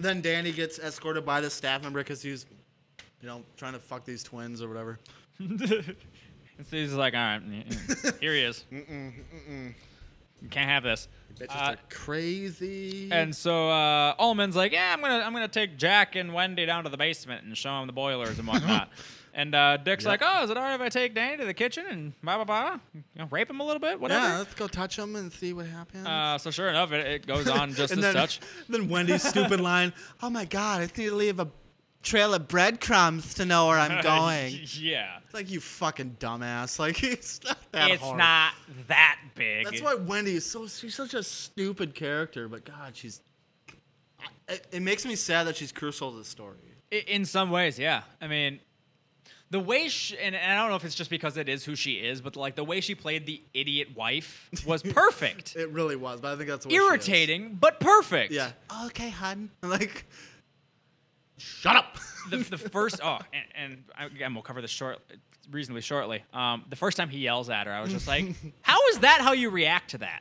S6: Then Danny gets escorted by the staff member because he's, you know, trying to fuck these twins or whatever.
S3: [LAUGHS] Uh, And so he's like, all right, mm, mm, here he
S6: [LAUGHS]
S3: is. mm-mm, mm-mm. You can't have this.
S6: Bitches
S3: Uh,
S6: are crazy.
S3: And so uh, Ullman's like, yeah, I'm gonna I'm gonna take Jack and Wendy down to the basement and show them the boilers
S6: [LAUGHS]
S3: and whatnot. and uh, Dick's
S6: Yep.
S3: like, oh, is it alright if I take Danny to the kitchen and blah blah blah, you know, rape him a little bit,
S6: yeah,
S3: whatever.
S6: let's go touch them and see what happens.
S3: Uh, so sure enough, it, it goes
S6: [LAUGHS]
S3: on just
S6: and
S3: as
S6: then,
S3: such.
S6: then Wendy's stupid line. Oh my god, I just need to leave a trail of breadcrumbs to know
S3: [LAUGHS]
S6: where I'm going. it's
S3: yeah,
S6: like you fucking dumbass. Like [LAUGHS] it's not that
S3: it's
S6: hard.
S3: not that big.
S6: That's why Wendy is so she's such a stupid character. But God, she's. It, it makes me sad that she's crucial to the story.
S3: I- In some ways, yeah. I mean, the way she, and, and I don't know if it's just because it is who she is, but like the way she played the idiot wife
S6: [LAUGHS]
S3: was perfect.
S6: It really was, but I think that's what she is.
S3: Irritating, but perfect.
S6: Yeah. okay, hun. [LAUGHS] Like. Shut up.
S3: [LAUGHS] The, the first, oh, and, and I- again, we'll cover this short, reasonably shortly. Um, the first time he yells at her, I was just like,
S6: [LAUGHS]
S3: how is that how you react to that?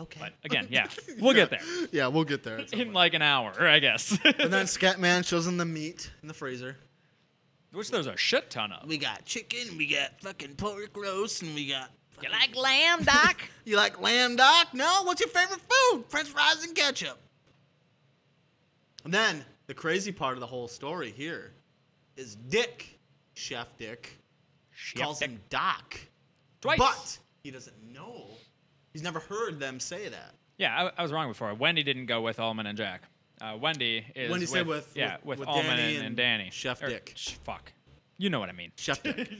S6: okay.
S3: But again, yeah, we'll get
S6: [LAUGHS]
S3: there
S6: Yeah, we'll
S3: [LAUGHS]
S6: get there. at some
S3: in
S6: point.
S3: like an hour, I guess.
S6: And then Scatman shows him the meat in the freezer.
S3: [LAUGHS] Which there's a shit ton of.
S7: We got chicken, we got fucking pork roast, and we got.
S3: You like lamb, Doc?
S6: You like lamb, Doc? No. What's your favorite food?
S7: French fries and ketchup.
S6: And then the crazy part of the whole story here is Dick, Chef Dick,
S3: Chef
S6: calls
S3: Dick.
S6: him Doc,
S3: Twice.
S6: but he doesn't know. He's never heard them say that.
S3: Yeah, I, I was wrong before. Wendy didn't go with Allman and Jack. Uh, Wendy is
S6: Wendy
S3: with,
S6: said with-
S3: yeah
S6: with-
S3: with,
S6: with
S3: Allman
S6: Danny
S3: and,
S6: and
S3: and Danny.
S6: Chef
S3: Or,
S6: Dick.
S3: sh- fuck, you know what I mean. [LAUGHS]
S6: Chef Dick.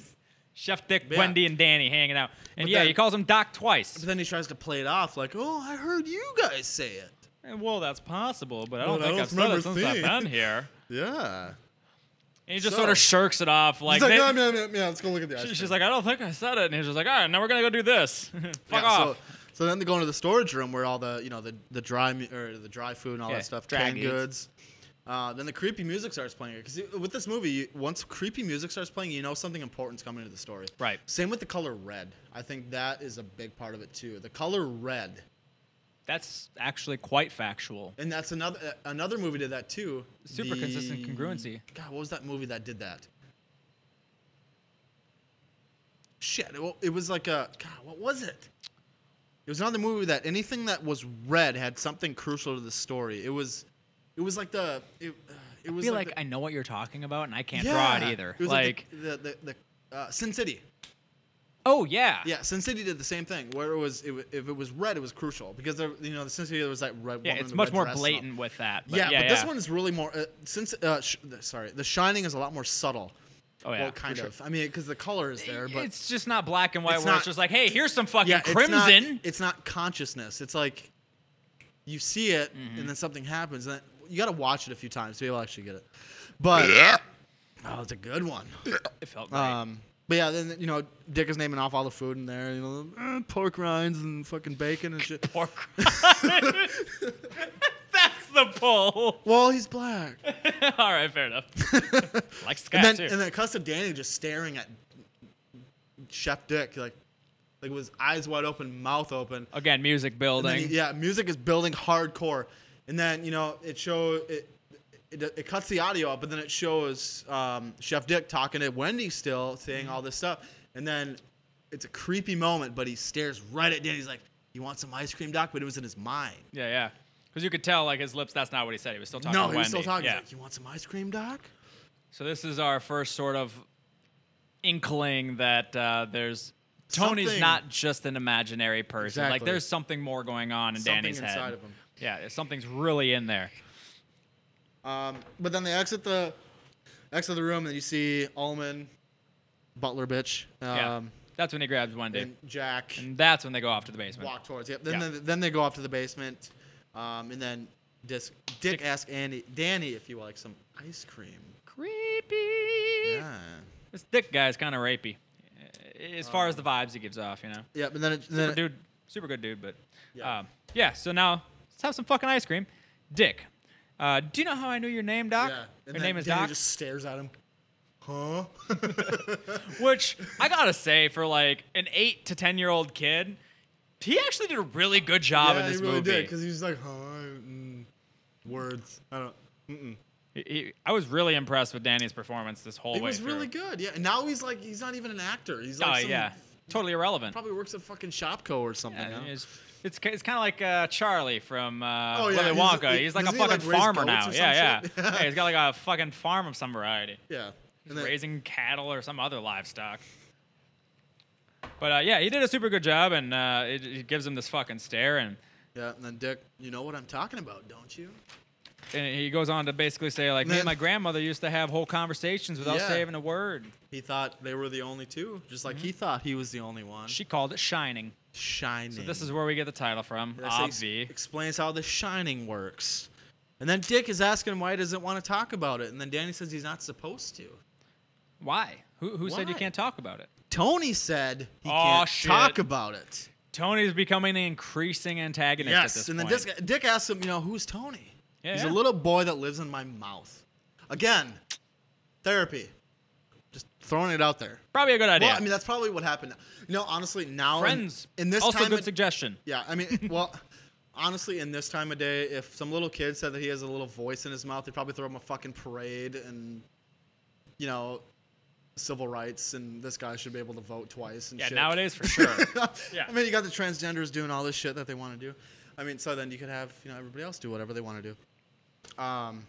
S3: Chef Dick,
S6: Yeah.
S3: Wendy, and Danny hanging out, and
S6: But
S3: yeah,
S6: then-
S3: he calls him Doc twice.
S6: but then he tries to play it off like, "Oh, I heard you guys say it."
S3: And, well, that's possible, but I don't
S6: Well, I
S3: think
S6: don't
S3: I've said it
S6: remember
S3: since I've
S6: seeing.
S3: been here.
S6: Yeah.
S3: And he just
S6: So-
S3: sort of shirks it off, like,
S6: He's like,
S3: they-
S6: yeah, yeah, yeah, yeah, let's go look at the ice
S3: she- [LAUGHS]
S6: cream."
S3: she's like, I don't think I said it, and he's just like, all right, now we're gonna go do this. [LAUGHS] Fuck
S6: Yeah,
S3: off.
S6: So, so then they go into the storage room where all the you know the the dry mu- or the dry food and all
S3: Yeah,
S6: that stuff,
S3: dry
S6: canned
S3: goods.
S6: goods. Uh, then the creepy music starts playing because with this movie, you- once creepy music starts playing, you know something important's coming to the story.
S3: Right.
S6: Same with the color red. I think that is a big part of it too. The color red,
S3: that's actually quite factual.
S6: and that's another uh, another movie did that too.
S3: Super
S6: The-
S3: consistent congruency.
S6: God, what was that movie that did that? Shit, it, wa- it was like a God. What was it? It was another movie that anything that was red had something crucial to the story. It was, it was like the it, uh, it
S3: I
S6: was
S3: feel like,
S6: the-
S3: I know what you're talking about, and I can't
S6: Yeah,
S3: draw it either.
S6: It was
S3: like,
S6: like, the, the, the, the uh, Sin City.
S3: oh yeah,
S6: Yeah, Sin City did the same thing. Where it was, it, wa- if it was red, it was crucial because there, you know, the Sin City there was that red.
S3: Yeah,
S6: woman
S3: it's
S6: in the
S3: much
S6: red
S3: more
S6: dress and all.
S3: blatant with that. But
S6: yeah,
S3: yeah,
S6: but this
S3: yeah.
S6: one is really more. Uh, since uh, sh- the- sorry, The Shining is a lot more subtle.
S3: Oh, yeah,
S6: well,
S3: for
S6: kind
S3: sure.
S6: of. I mean, because the color is there, but
S3: it's just not black and white.
S6: It's
S3: where
S6: not-
S3: it's just like, hey, here's some fucking
S6: yeah,
S3: crimson.
S6: It's not, it's not consciousness. It's like you see it,
S3: Mm-hmm.
S6: and then something happens, and you got to watch it a few times to be able to actually get it. But oh, it's a good one.
S3: it felt great.
S6: Um, but yeah, then you know, Dick is naming off all the food in there. You know, uh, pork rinds and fucking bacon and shit. [LAUGHS]
S3: Pork rinds. [LAUGHS] That's the pull.
S6: Well, he's black.
S3: [LAUGHS] All right, fair
S6: [LAUGHS]
S3: enough. like Scott
S6: and then
S3: too.
S6: and then it cuts to Danny just staring at Chef Dick like like with his eyes wide open, mouth open.
S3: Again, music
S6: And then he-
S3: building.
S6: yeah, music is building hardcore, and then you know it show it. It, it cuts the audio up, but then it shows um, Chef Dick talking to Wendy still, saying all this stuff, and then it's a creepy moment, but he stares right at Dan. He's like, "You want some ice cream, Doc?" But it was in his mind.
S3: Yeah, yeah. Because you could tell, like his lips. That's not what he said. He was still talking.
S6: no,
S3: to
S6: he was still
S3: Wendy.
S6: talking. He's
S3: Yeah.
S6: like, "You want some ice cream, Doc?"
S3: So this is our first sort of inkling that uh, there's Tony's
S6: Something.
S3: not just an imaginary person. Like
S6: Exactly.
S3: there's something more going on in
S6: Something
S3: Danny's
S6: inside
S3: head.
S6: of him.
S3: Yeah, something's really in there.
S6: Um, but then they exit the exit the room, and you see Allman, Butler bitch, um,
S3: Yeah. that's when he grabs Wendy.
S6: and Jack
S3: And that's when they go off to the basement.
S6: walk towards. Yep. Then
S3: Yeah.
S6: They, then they go off to the basement, um, and then Dis- Dick,
S3: Dick-
S6: asks Andy, Danny if he likes some ice cream.
S3: Creepy.
S6: Yeah.
S3: This dick guy's kind of rapey. eh, As far
S6: Um,
S3: as the vibes he gives off, you know.
S6: Yep. And then it,
S3: Super
S6: then it,
S3: dude, super good dude, but yeah.
S6: Yeah.
S3: Um, yeah. So now let's have some fucking ice cream. Dick, uh, do you know how I knew your name, Doc?
S6: yeah.
S3: your
S6: And then
S3: name is
S6: Danny
S3: Doc.
S6: just stares at him. Huh? [LAUGHS]
S3: Which I gotta say, for like an eight to ten year old kid, he actually did a really good job in
S6: he
S3: this
S6: really
S3: movie.
S6: did because he's like, huh? Mm, words. I don't.
S3: He- he- I was really impressed with Danny's performance this whole
S6: It
S3: way
S6: was really
S3: through.
S6: good. Yeah. And now he's like, he's not even an actor. He's
S3: Oh
S6: like, some,
S3: yeah, totally irrelevant.
S6: probably works at fucking Shopco or something.
S3: Yeah,
S6: huh?
S3: it's it's, ki- it's kind of like uh, Charlie from uh,
S6: Oh, yeah,
S3: Willy
S6: he's-
S3: Wonka. He's,
S6: he-
S3: like a
S6: doesn't he,
S3: fucking
S6: like, raise
S3: farmer
S6: goats
S3: now.
S6: or some
S3: Yeah,
S6: shit?
S3: yeah, yeah. He's got like
S6: [LAUGHS]
S3: a fucking farm of some variety.
S6: Yeah. And then-
S3: raising cattle or some other livestock. But uh, yeah, he did a super good job, and uh, it, it gives him this fucking stare, and,
S6: yeah, and then Dick, you know what I'm talking about, don't you?
S3: and he goes on to basically say like, "Me and
S6: Man.
S3: my grandmother used to have whole conversations without
S6: Yeah.
S3: saving a word.
S6: He thought they were the only two, just like he thought he was the only one.
S3: Mm-hmm. She called it shining.
S6: shining.
S3: So this is where we get the title from.
S6: And that's ex-
S3: Obvi.
S6: explains how the shining works. And then Dick is asking him why he doesn't want to talk about it, and then Danny says he's not supposed to.
S3: Why? Who, who said you
S6: Why?
S3: can't talk about it?
S6: Tony said he
S3: Aw,
S6: can't
S3: shit.
S6: talk about it.
S3: Tony's becoming an increasing antagonist at this
S6: Yes, and then
S3: point.
S6: Dick, Dick asks him, you know, who's Tony?
S3: Yeah,
S6: he's
S3: yeah.
S6: a little boy that lives in my mouth. Again, therapy. Just throwing it out there.
S3: Probably a good idea.
S6: Well, I mean, that's probably what happened. You know, honestly, now in-
S3: Friends.
S6: in, this
S3: also
S6: time,
S3: good
S6: of-
S3: suggestion.
S6: yeah. I mean, [LAUGHS] well, honestly, in this time of day, if some little kid said that he has a little voice in his mouth, they'd probably throw him a fucking parade and, you know, civil rights, and this guy should be able to vote twice and
S3: Yeah,
S6: shit.
S3: nowadays for
S6: [LAUGHS]
S3: sure. yeah.
S6: I mean, you got the transgenders doing all this shit that they want to do. I mean, so then you could have you know everybody else do whatever they want to do. Um,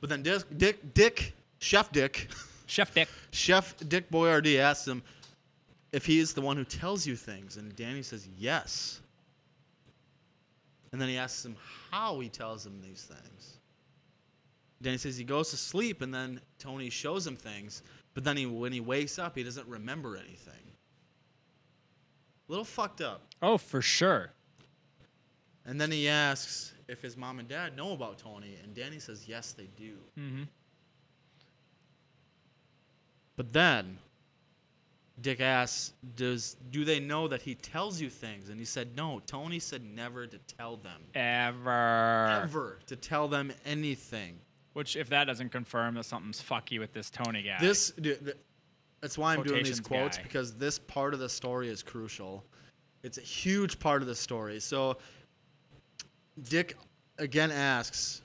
S6: but then Dick, Dick, Dick, Chef Dick.
S3: Chef Dick.
S6: Chef Dick Boyardee asks him if he is the one who tells you things, and Danny says yes. And then he asks him how he tells him these things. Danny says he goes to sleep, and then Tony shows him things, but then he, when he wakes up, he doesn't remember anything. A little fucked up.
S3: Oh, for sure.
S6: And then he asks if his mom and dad know about Tony, and Danny says yes, they do.
S3: Mm-hmm.
S6: But then Dick asks, "Does do they know that he tells you things?" And he said, "No, Tony said never to tell them.
S3: Ever.
S6: Ever to tell them anything."
S3: Which, if that doesn't confirm that something's fucky with this Tony guy,
S6: This dude, th- that's why I'm doing these
S3: Quotations
S6: quotes
S3: guy.
S6: because this part of the story is crucial. It's a huge part of the story. So Dick again asks,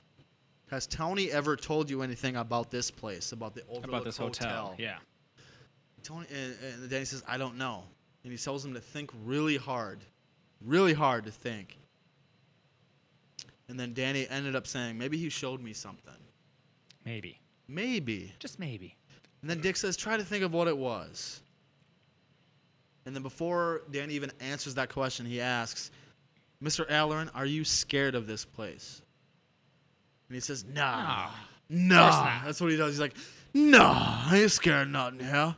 S6: "Has Tony ever told you anything about this place, about the Overlook
S3: about this hotel.
S6: hotel.
S3: Yeah.
S6: Tony and, and Danny says, "I don't know," and he tells him to think really hard, really hard to think. And then Danny ended up saying, "Maybe he showed me something.
S3: Maybe.
S6: Maybe."
S3: Just maybe.
S6: And then Dick says, "Try to think of what it was." And then before Danny even answers that question, he asks, "Mr. Allerin, are you scared of this place?" And he says, "Nah, nah." That's what he does. He's like, "Nah, I ain't scared of nothing here."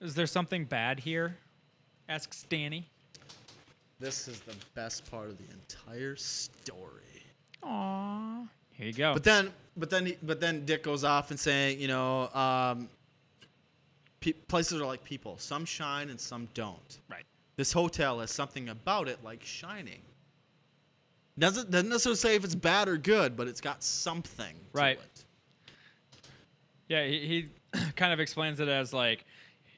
S3: Is there something bad here? Asks Danny.
S6: This is the best part of the entire story.
S3: Aww. Here you go.
S6: But then, but then, he- but then Dick goes off and saying, you know, um, pe- places are like people. Some shine and some don't.
S3: right.
S6: This hotel has something about it, like shining. Doesn't doesn't necessarily say if it's bad or good, but it's got something. to
S3: Right.
S6: it.
S3: Yeah, he, he [COUGHS] kind of explains it as like,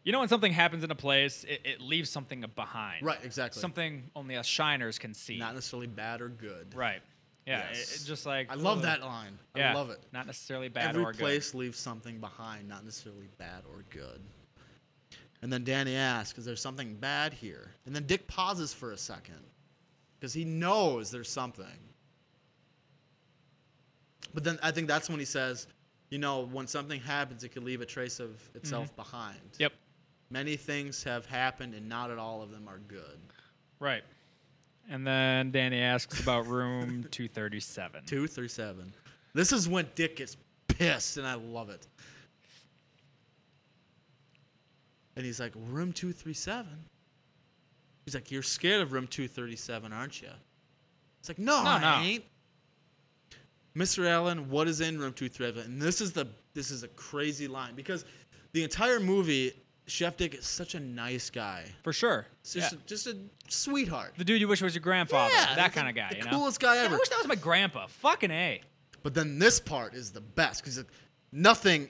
S3: you know, when something happens in a place, it, it leaves something behind.
S6: Right. Exactly.
S3: Something only us shiners can see.
S6: Not necessarily bad or good.
S3: right. Yeah. it-
S6: Yes.
S3: it just like
S6: I love
S3: ugh.
S6: that line.
S3: Yeah,
S6: I love it.
S3: Not necessarily bad
S6: Every
S3: or good.
S6: place leaves something behind, not necessarily bad or good. And then Danny asks, "Is there something bad here?" And then Dick pauses for a second because he knows there's something. But then I think that's when he says, "You know, when something happens, it can leave a trace of itself
S3: Mm-hmm.
S6: behind."
S3: Yep.
S6: Many things have happened, and not at all of them are good.
S3: Right. And then Danny asks about room [LAUGHS] 237.
S6: Two through seven. This is when Dick gets pissed, and I love it. And he's like, "Room two three seven. He's like, "You're scared of room two thirty seven, aren't you?" It's like, "No,
S3: No,
S6: I
S3: no.
S6: ain't." Mr. Allen, what is in room two three seven? And this is the this is a crazy line because the entire movie, Chef Dick is such a nice guy,
S3: For sure.
S6: It's
S3: Yeah.
S6: just a, just a sweetheart.
S3: The dude you wish was your grandfather.
S6: Yeah,
S3: that
S6: the-
S3: kind of guy,
S6: the
S3: you know?
S6: coolest guy
S3: Yeah, I
S6: ever.
S3: wish that was my grandpa. Fucking A.
S6: But then this part is the best because nothing.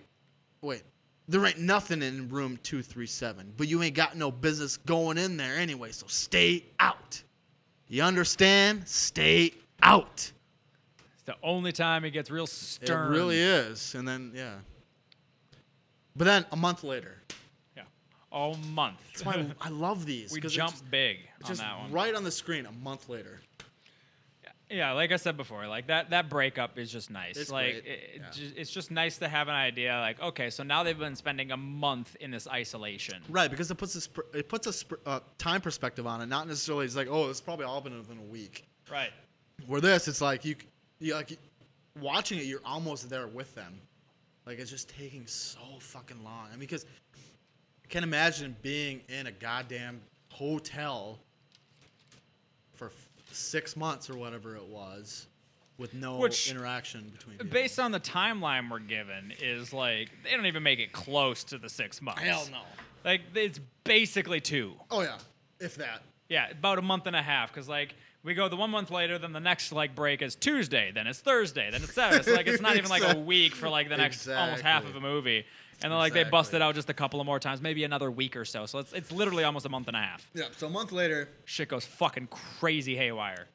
S6: Wait, there ain't nothing in room two three seven. But you ain't got no business going in there anyway. So stay out. You understand? Stay out.
S3: It's the only time he gets real stern.
S6: It really is. And then yeah. But then a month later,
S3: Yeah. All month.
S6: that's why
S3: [LAUGHS]
S6: I love these.
S3: we
S6: 'cause it
S3: jump
S6: just-
S3: big
S6: it's
S3: on
S6: just
S3: that one.
S6: right on the screen. A month later.
S3: Yeah, like I said before, like that that breakup is just nice.
S6: It's
S3: like
S6: great.
S3: It, it
S6: Yeah.
S3: ju- it's just nice to have an idea. Like okay, so now they've been spending a month in this isolation.
S6: Right, because it puts a sp- it puts a sp- uh, time perspective on it. Not necessarily it's like oh, it's probably all been within a week.
S3: Right.
S6: Where this, it's like you, you like watching it, you're almost there with them. Like it's just taking so fucking long. I mean, because I can't imagine being in a goddamn hotel for f- six months or whatever it was, with no
S3: Which-
S6: interaction between. people.
S3: Based on the timeline we're given, is like they don't even make it close to the six months.
S6: hell no.
S3: Like it's basically two.
S6: Oh yeah, if that.
S3: Yeah, about a month and a half. Because like we go the one month later, then the next like break is Tuesday, then it's Thursday, then it's Saturday. So like it's not even like a
S6: [LAUGHS] Exact-
S3: week for like the next almost half of a
S6: Exactly.
S3: movie. And then like they
S6: Exactly.
S3: bust it out just a couple of more times, maybe another week or so. So it's it's literally almost a month and a half.
S6: Yeah. So a month later,
S3: Shit goes fucking crazy
S6: [CLEARS THROAT]
S3: haywire.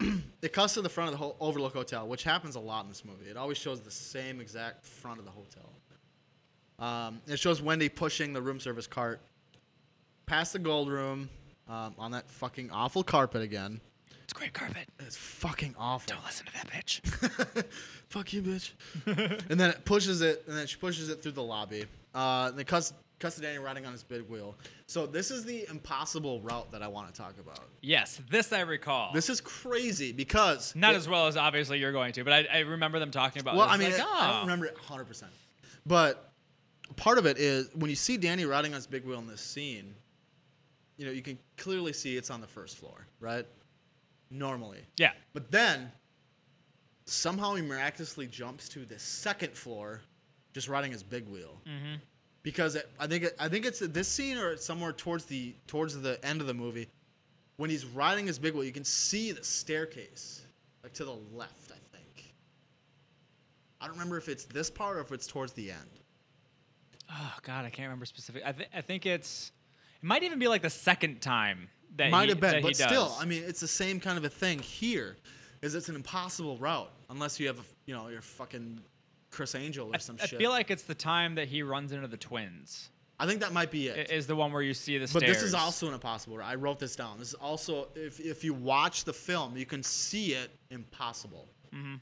S6: It cuts to the front of the whole Overlook Hotel, which happens a lot in this movie. It always shows the same exact front of the hotel. Um, it shows Wendy pushing the room service cart past the gold room um, on that fucking awful carpet again.
S3: It's great carpet.
S6: It's fucking awful.
S3: Listen to that bitch.
S6: Fuck you,
S3: [LAUGHS]
S6: bitch. and then it pushes it, and then she pushes it through the lobby. Uh, and it cuts, cuts to Danny riding on his big wheel. So this is the impossible route that I want to talk about.
S3: yes, this I recall.
S6: This is crazy because
S3: not
S6: it-
S3: as well as obviously you're going to, but I, I remember them talking about.
S6: Well,
S3: this.
S6: I mean,
S3: Like,
S6: I I
S3: oh.
S6: don't remember it 100%. But part of it is when you see Danny riding on his big wheel in this scene, you know, you can clearly see it's on the first floor, right? Normally.
S3: Yeah,
S6: But then somehow he miraculously jumps to the second floor just riding his big wheel. Mm-hmm. Because it, I think it, I think it's this scene or it's somewhere towards the towards the end of the movie when he's riding his big wheel, you can see the staircase like to the left, I think. I don't remember if it's this part or if it's towards the end.
S3: Oh God, I can't remember specific. I, th- I think it's. It might even be like the second time that
S6: Might
S3: he,
S6: have been,
S3: that he
S6: but still,
S3: does.
S6: I mean, it's the same kind of a thing here. Is it's an impossible route unless you have, a, you know, your fucking Chris Angel or some
S3: I
S6: shit.
S3: feel like it's the time that he runs into the twins
S6: I think that might be
S3: i-
S6: it.
S3: is the one where you see the
S6: but
S3: stairs.
S6: this is also an impossible. route. I wrote this down. This is also if if you watch the film, you can see it impossible. Mm-hmm.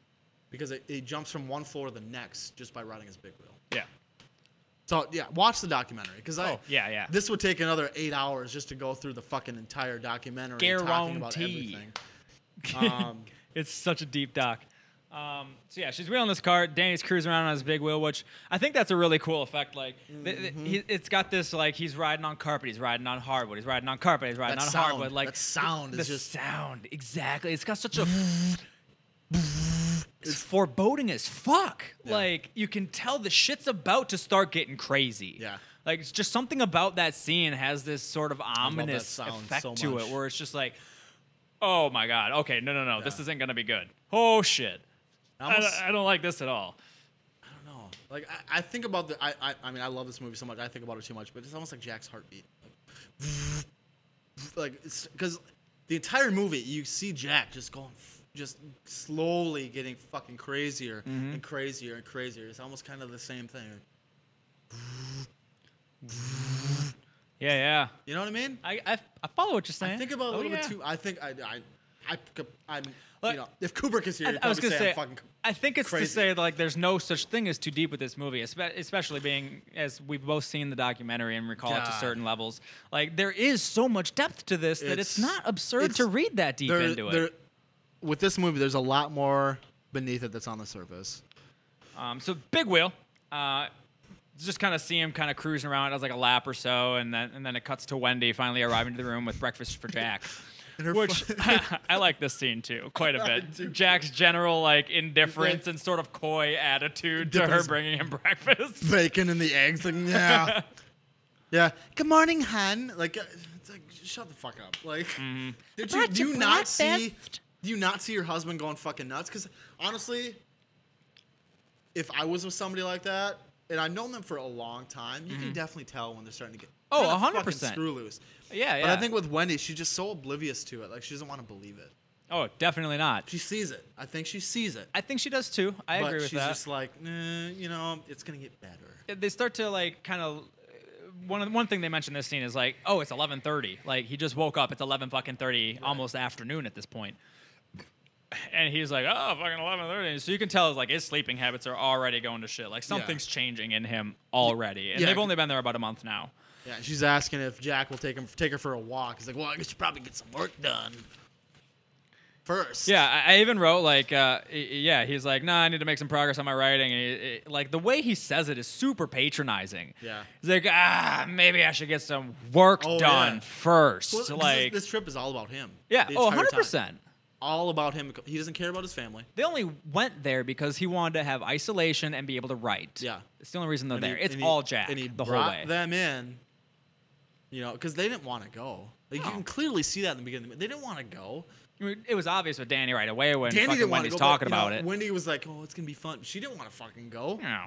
S6: Because it, it jumps from one floor to the next just by riding his big wheel.
S3: yeah.
S6: So yeah, watch the documentary because I
S3: Oh, yeah, yeah.
S6: This would take another eight hours just to go through the fucking entire documentary talking about
S3: Guarantee.
S6: everything. Um,
S3: It's such a deep doc. Um, so yeah, she's wheeling this cart. Danny's cruising around on his big wheel, which I think that's a really cool effect. Like, th- th- he,
S6: Mm-hmm.
S3: it's got this like he's riding on carpet, he's riding on hardwood, he's riding on carpet, he's riding
S6: That
S3: on
S6: sound-
S3: hardwood. Like
S6: that sound
S3: the,
S6: is
S3: the
S6: just-
S3: sound exactly. It's got
S6: [LAUGHS]
S3: such a. It's foreboding as fuck. Like you can tell the shit's about to start getting crazy.
S6: Yeah.
S3: Like it's just something about that scene has this sort of
S6: love that
S3: ominous
S6: sound
S3: effect
S6: so
S3: to
S6: much.
S3: it, where it's just like, oh my god, okay, no, no, no, this
S6: Yeah.
S3: isn't gonna be good. Oh shit,
S6: I
S3: I,
S6: almost-
S3: I don't like this at all.
S6: don't know. Oh. Like I, I think about the I, I I mean I love this movie so much I think about it too much, but it's almost like Jack's heartbeat. [LAUGHS] Like, like it's because the entire movie you see Jack just going f- just slowly getting fucking crazier and crazier and crazier. It's almost kind of the same thing.
S3: Yeah, yeah.
S6: You know what I mean?
S3: I, I, I follow what you're saying.
S6: I think about it a
S3: Oh,
S6: little
S3: yeah.
S6: bit too. I think I, I, I, I'm.
S3: Look,
S6: you know, if Kubrick is here,
S3: I, I was
S6: going
S3: gonna
S6: to
S3: say,
S6: I'm fucking
S3: I think it's
S6: crazy.
S3: to say like there's no such thing as too deep with this movie, espe- especially being as we've both seen the documentary and recall it to
S6: God.
S3: certain levels. Like there is so much depth to this that it's,
S6: It's-
S3: not absurd
S6: it's-
S3: to read that deep
S6: there-
S3: into
S6: there-
S3: it.
S6: With this movie, there's a lot more beneath it that's on the surface.
S3: Um, so big wheel. Uh, just kind of see him kind of cruising around. It was like a lap or so, and then and then it cuts to Wendy finally arriving to the room with breakfast for Jack.
S6: [LAUGHS] And her
S3: Which
S6: fu-
S3: [LAUGHS] I like this scene too,
S6: [LAUGHS]
S3: quite a bit. Jack's general like indifference and sort of coy attitude to her
S6: Difference.
S3: bringing him [LAUGHS] breakfast.
S6: bacon and the eggs, like
S3: [LAUGHS]
S6: yeah, yeah. Good morning, hun. Like, uh, it's like shut the fuck up. Like,
S3: Mm-hmm.
S6: [LAUGHS] did you, do you not see? Do you not see your husband going fucking nuts? Because honestly, if I was with somebody like that, and I've known them for a long time, you can definitely tell when they're starting to get
S3: Mm-hmm. Oh,
S6: kinda fucking
S3: 100%.
S6: screw loose.
S3: Yeah, yeah.
S6: But I think with Wendy, she's just so oblivious to it. Like she doesn't want to believe it.
S3: oh, definitely not.
S6: She sees it. I think she sees it.
S3: I think she does too. I
S6: but
S3: agree with
S6: she's
S3: that.
S6: just like, nah, you know, it's gonna get better.
S3: they start to like kind of one of- one thing they mentioned in this scene is like, oh, it's eleven thirty. Like he just woke up. It's eleven fucking thirty, almost afternoon at this point. And he's like, oh, fucking eleven thirty. So you can tell like his sleeping habits are already going to shit. Like something's changing in him already. And
S6: Yeah,
S3: they've
S6: c-
S3: only been there about a month now.
S6: Yeah, she's asking if Jack will take him take her for a walk. He's like, well, I should probably get some work done first.
S3: Yeah, I, I even wrote like, uh, y- y- yeah, he's like, nah, I need to make some progress on my writing. And he, he- like the way he says it is super patronizing.
S6: Yeah.
S3: he's like, ah, maybe I should get some work
S6: Oh,
S3: done
S6: yeah.
S3: first.
S6: Well, 'cause this-
S3: like,
S6: this trip is all about him.
S3: yeah,
S6: the
S3: oh,
S6: entire
S3: 100
S6: time.
S3: percent.
S6: All about him. He doesn't care about his family.
S3: They only went there because he wanted to have isolation and be able to write.
S6: Yeah.
S3: it's the only reason they're
S6: And he-
S3: there. it's
S6: and he-
S3: all Jack
S6: And he
S3: the whole
S6: brought
S3: way.
S6: them in, you know, because they didn't want to go. Like, You can clearly see that in the beginning. They didn't want to go.
S3: I mean, it was obvious with Danny right away when
S6: Danny
S3: fucking
S6: didn't want to
S3: Wendy's
S6: go. but,
S3: talking
S6: you know,
S3: about it.
S6: Wendy was like, "Oh, it's gonna be fun." She didn't want to fucking go.
S3: Yeah.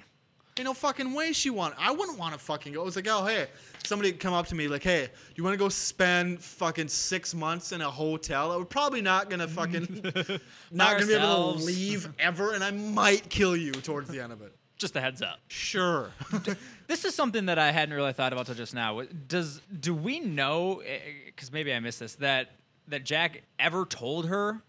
S6: Ain't no fucking way she want. I wouldn't want to fucking go. It was like, "Oh, hey, somebody come up to me like, hey, you want to go spend fucking six months in a hotel? We're probably not gonna fucking [LAUGHS] not gonna be able to
S3: ourselves.
S6: leave ever, and I might kill you towards the end of it."
S3: Just a heads up.
S6: [LAUGHS] Sure.
S3: This is something that I hadn't really thought about till just now. Does do we know? Because maybe I missed this. That that Jack ever told her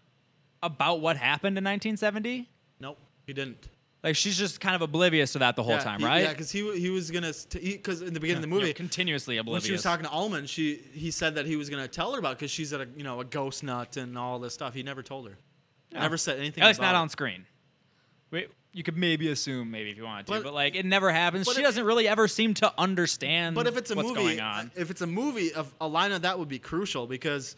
S3: about what happened in 1970.
S6: nope, he didn't.
S3: Like she's just kind of oblivious to that the whole
S6: Yeah,
S3: time,
S6: he-
S3: right?
S6: Yeah, because he he was gonna because in the beginning of the
S3: You know,
S6: movie.
S3: continuously
S6: when
S3: oblivious.
S6: she was talking to Almond, she he said that he was gonna tell her about because she's a you know a ghost nut and all this stuff. He never told her, never said anything.
S3: At least
S6: about
S3: not on
S6: it.
S3: screen. We, you could maybe assume, maybe if you wanted to, but,
S6: But-
S3: like it never happens.
S6: but
S3: She
S6: if-
S3: doesn't really ever seem to understand.
S6: But if it's a
S3: what's
S6: movie,
S3: going on,
S6: if it's a movie, of a line of that would be crucial because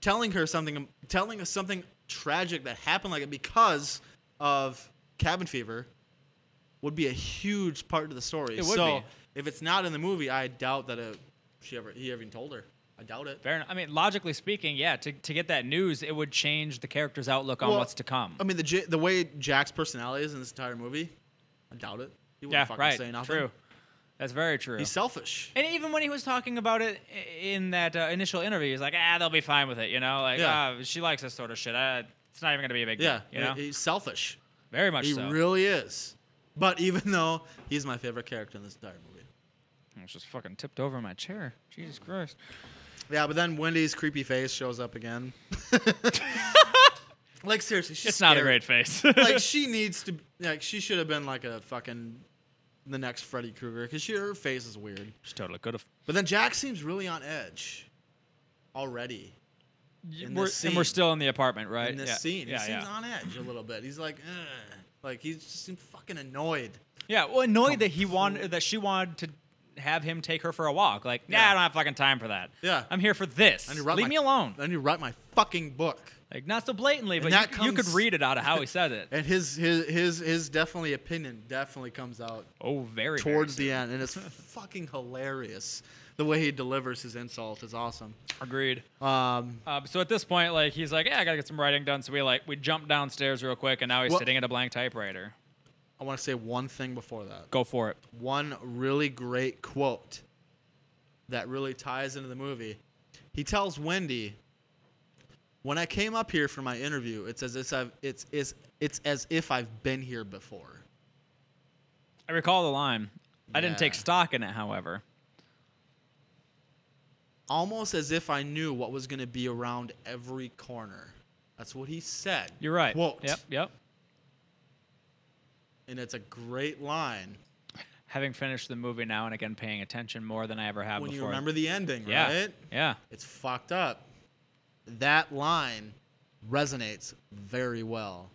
S6: telling her something, telling us something tragic that happened like it because of cabin fever, would be a huge part of the story.
S3: It would
S6: so
S3: be.
S6: if it's not in the movie, I doubt that it, she ever he even told her. I doubt it.
S3: fair enough. I mean, logically speaking, yeah. To, to get that news, it would change the character's outlook on
S6: Well,
S3: what's to come.
S6: I mean, the J- the way Jack's personality is in this entire movie, I doubt it. He wouldn't
S3: yeah,
S6: fucking
S3: right.
S6: say nothing.
S3: True. That's very true.
S6: He's selfish.
S3: and even when he was talking about it i- in that uh, initial interview, he's like, "Ah, they'll be fine with it," you know. Like,
S6: Yeah.
S3: ah, she likes this sort of shit. Uh, it's not even gonna be a big
S6: Yeah,
S3: deal. You know,
S6: he's selfish.
S3: very much
S6: He
S3: so.
S6: really is. But [LAUGHS] even though he's my favorite character in this entire movie.
S3: I was just fucking tipped over in my chair. Jesus Christ.
S6: Yeah, but then Wendy's creepy face shows up again. [LAUGHS] like seriously, she's
S3: It's not a
S6: scary.
S3: great face.
S6: [LAUGHS] Like she needs to. Like she should have been like a fucking the next Freddy Krueger because she her face is weird.
S3: she totally could have.
S6: But then Jack seems really on edge already. in
S3: we're,
S6: this
S3: and we're
S6: scene.
S3: still in the apartment, right?
S6: in this
S3: yeah.
S6: scene.
S3: Yeah,
S6: he
S3: yeah.
S6: seems on edge a little bit. He's like, Ugh. like he just seems fucking annoyed.
S3: yeah. Well, annoyed that he wanted that she wanted to have him take her for a walk. Like, nah,
S6: Yeah.
S3: I don't have fucking time for that.
S6: Yeah.
S3: I'm here for this.
S6: I need to
S3: Leave
S6: write my-
S3: me alone.
S6: I need to write my fucking book.
S3: Like, not so blatantly, but
S6: that
S3: you, you could
S6: comes-
S3: read it out of how he said
S6: [LAUGHS]
S3: it.
S6: And his his his his definitely opinion definitely comes out
S3: Oh, very. very
S6: towards
S3: soon.
S6: the end,
S3: [LAUGHS]
S6: and it's fucking hilarious. The way he delivers his insult is awesome.
S3: Agreed.
S6: Um,
S3: Uh, so at this point, like, he's like, yeah, I gotta get some writing done. So we like we jump downstairs real quick, and now he's
S6: Well-
S3: sitting at a blank typewriter.
S6: I want to say one thing before that.
S3: Go for it.
S6: One really great quote that really ties into the movie. He tells Wendy, "When I came up here for my interview, it's as if I've, it's is it's as if I've been here before."
S3: I recall the line. I didn't take
S6: Yeah.
S3: stock in it, however.
S6: almost as if I knew what was going to be around every corner. That's what he said.
S3: You're right.
S6: Quote.
S3: Yep. Yep.
S6: And it's a great line
S3: Having finished the movie now and again, paying attention more than I ever have
S6: when
S3: before.
S6: you remember the ending,
S3: yeah.
S6: right?
S3: Yeah.
S6: It's fucked up. That line resonates very well.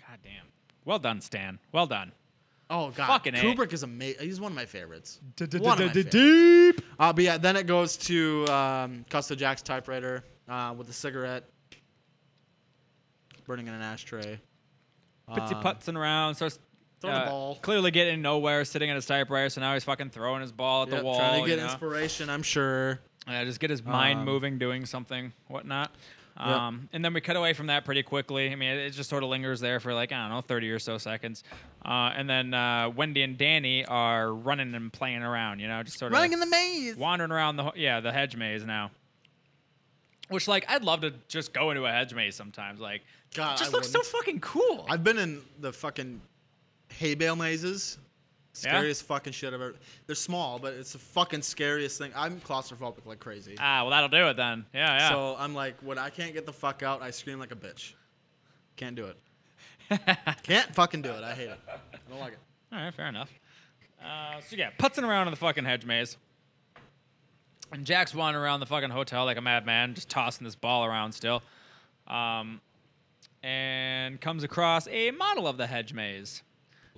S3: God damn. Well done, Stan. Well done.
S6: Oh god,
S3: Fucking A.
S6: Kubrick is amazing. He's one of my favorites. One of my favorites.
S3: Deep.
S6: Uh, but yeah, then it goes to um, Custer Jack's typewriter uh, with a cigarette burning in an ashtray.
S3: Puts he putzing around, starts uh,
S6: Throwing a ball.
S3: Clearly getting nowhere, sitting at his typewriter, so now he's fucking throwing his ball at
S6: Yep,
S3: the wall.
S6: trying to
S3: you
S6: get
S3: know?
S6: inspiration, I'm sure.
S3: Yeah, just get his mind
S6: Um,
S3: moving, doing something, whatnot. Um, And then we cut away from that pretty quickly. I mean, it, it just sort of lingers there for like, I don't know, 30 or so seconds. Uh, and then uh, Wendy and Danny are running and playing around, you know, just sort of
S6: the maze.
S3: wandering around the, ho- yeah, the hedge maze now. Which, like, I'd love to just go into a hedge maze sometimes. Like,
S6: God,
S3: it just
S6: Uh, I
S3: looks
S6: wouldn't.
S3: so fucking cool.
S6: I've been in the fucking hay bale mazes. Scariest fucking shit I've ever. They're small, but it's the fucking scariest thing. I'm claustrophobic like crazy.
S3: ah, well, that'll do it then. Yeah, yeah.
S6: So I'm like, when I can't get the fuck out, I scream like a bitch.
S3: [LAUGHS]
S6: Can't do it. can't fucking do it. I hate it. I don't like it.
S3: All right, fair enough. Uh, so yeah, putzing around in the fucking hedge maze, and Jack's wandering around the fucking hotel like a madman, just tossing this ball around still, um, and comes across a model of the hedge maze.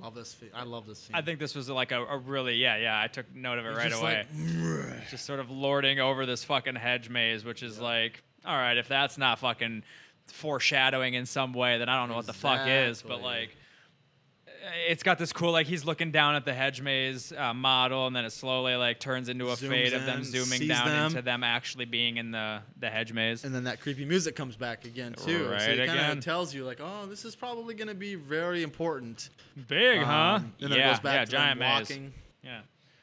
S6: Love this. Fe- I love this scene.
S3: I think this was like a, a really yeah yeah. I took note of it right
S6: Just
S3: away.
S6: like,
S3: just sort of lording over this fucking hedge maze, which is like, all right, if that's not fucking foreshadowing in some way, then I don't know what the fuck is. But
S6: Exactly.
S3: like, eh, it's got this cool like he's looking down at the hedge maze uh, model, and then it slowly like turns into a
S6: Zooms
S3: fade of
S6: in,
S3: them zooming
S6: sees
S3: down
S6: them.
S3: into them actually being in the the hedge maze.
S6: and then that creepy music comes back again too.
S3: Right
S6: so it
S3: again.
S6: of tells you like, oh, this is probably gonna be very important.
S3: Big, huh?
S6: Um, and then
S3: yeah,
S6: it goes back
S3: yeah,
S6: to them
S3: giant maze.
S6: walking.
S3: Yeah.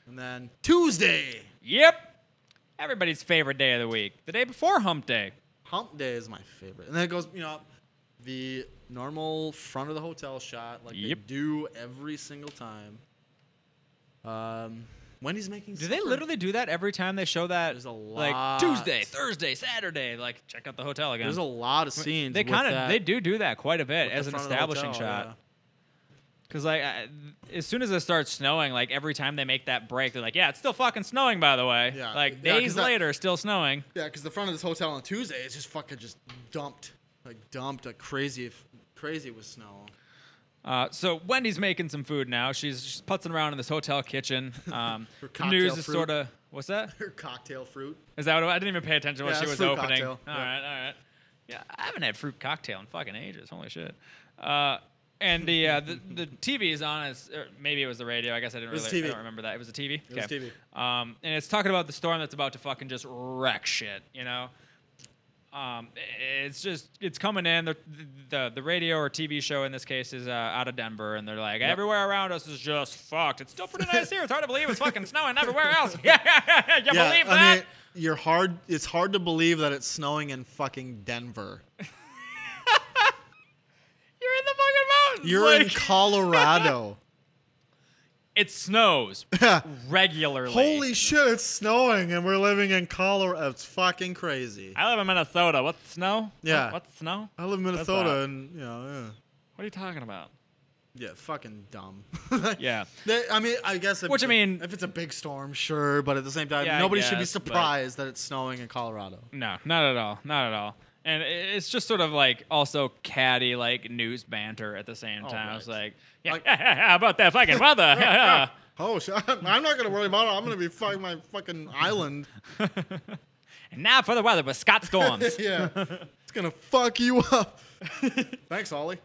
S6: And then Tuesday,
S3: Yep. Everybody's favorite day of the week, the day before Hump Day.
S6: Hump Day is my favorite. And then it goes, you know, the normal front of the hotel shot like
S3: Yep.
S6: they do every single time. Um, Wendy's making.
S3: Do they
S6: supper.
S3: literally do that every time they show that?
S6: There's a
S3: Like
S6: lot.
S3: Tuesday, Thursday, Saturday. Like check out the hotel again.
S6: There's a lot of scenes.
S3: they
S6: kind of
S3: they do do that quite a bit
S6: the
S3: as an
S6: front of the
S3: establishing
S6: hotel, yeah.
S3: shot. Because like I, as soon as it starts snowing, like every time they make that break, they're like, yeah, it's still fucking snowing by the way.
S6: Yeah,
S3: Like
S6: yeah, 'cause
S3: days
S6: that-
S3: later, still snowing.
S6: Yeah, because the front of this hotel on Tuesday is just fucking just dumped, like dumped, like crazy, crazy with snow. [LAUGHS]
S3: Uh, so Wendy's making some food now. She's, she's putzing around in this hotel kitchen. [LAUGHS] Um,
S6: Her
S3: the news
S6: cocktail
S3: is
S6: fruit.
S3: sort of what's that?
S6: Her cocktail fruit.
S3: Is that what I didn't even pay attention when
S6: Yeah,
S3: she
S6: it's
S3: was
S6: fruit
S3: opening? All
S6: cocktail.
S3: right,
S6: Yeah.
S3: all right. Yeah, I haven't had fruit cocktail in fucking ages. Holy shit. Uh, and the, uh, the the TV is on. It's, or maybe it was the radio. I guess I didn't
S6: was
S3: really.
S6: TV.
S3: I don't remember that. It was the TV.
S6: was
S3: TV. Um, and it's talking about the storm that's about to fucking just wreck shit. You know. Um, it's just it's coming in. The, the the radio or TV show in this case is uh, out of Denver, and they're like everywhere around us is just fucked. It's still
S6: [LAUGHS]
S3: pretty nice here. It's hard to believe it's fucking snowing everywhere else. [LAUGHS] Yeah, yeah, yeah, yeah. You believe
S6: I
S3: that?
S6: mean, you're hard. It's hard to believe that it's snowing in fucking Denver.
S3: You're in the fucking mountains.
S6: You're in
S3: like- [LAUGHS]
S6: Colorado.
S3: It
S6: [LAUGHS]
S3: snows regularly.
S6: Holy shit! It's snowing, and we're living in Colorado. It's fucking crazy.
S3: I live in Minnesota. What's snow?
S6: Yeah.
S3: What- What's snow?
S6: I live in
S3: that?
S6: Minnesota, and you know,
S3: What are you talking about?
S6: yeah, yeah, fucking [LAUGHS] dumb.
S3: Yeah.
S6: They, I mean, I guess. If
S3: Which, I
S6: it's a-
S3: mean-
S6: if it's a big storm, sure, but at the same time,
S3: Yeah, I
S6: nobody should be
S3: guess, but-
S6: surprised that it's snowing
S3: [LAUGHS]
S6: in Colorado.
S3: No, not at all. Not at all. And i- it's just sort of like also catty like news banter at the same
S6: Oh,
S3: time. I was like, yeah, [LAUGHS] how about that fucking
S6: [LAUGHS]
S3: weather?
S6: Oh, shit. [LAUGHS] I'm not gonna worry about it. I'm gonna be fucking my fucking island.
S3: [LAUGHS] and now for the weather with Scott
S6: [LAUGHS]
S3: Storms.
S6: yeah, it's gonna fuck you
S3: [LAUGHS]
S6: up. Thanks, Ollie.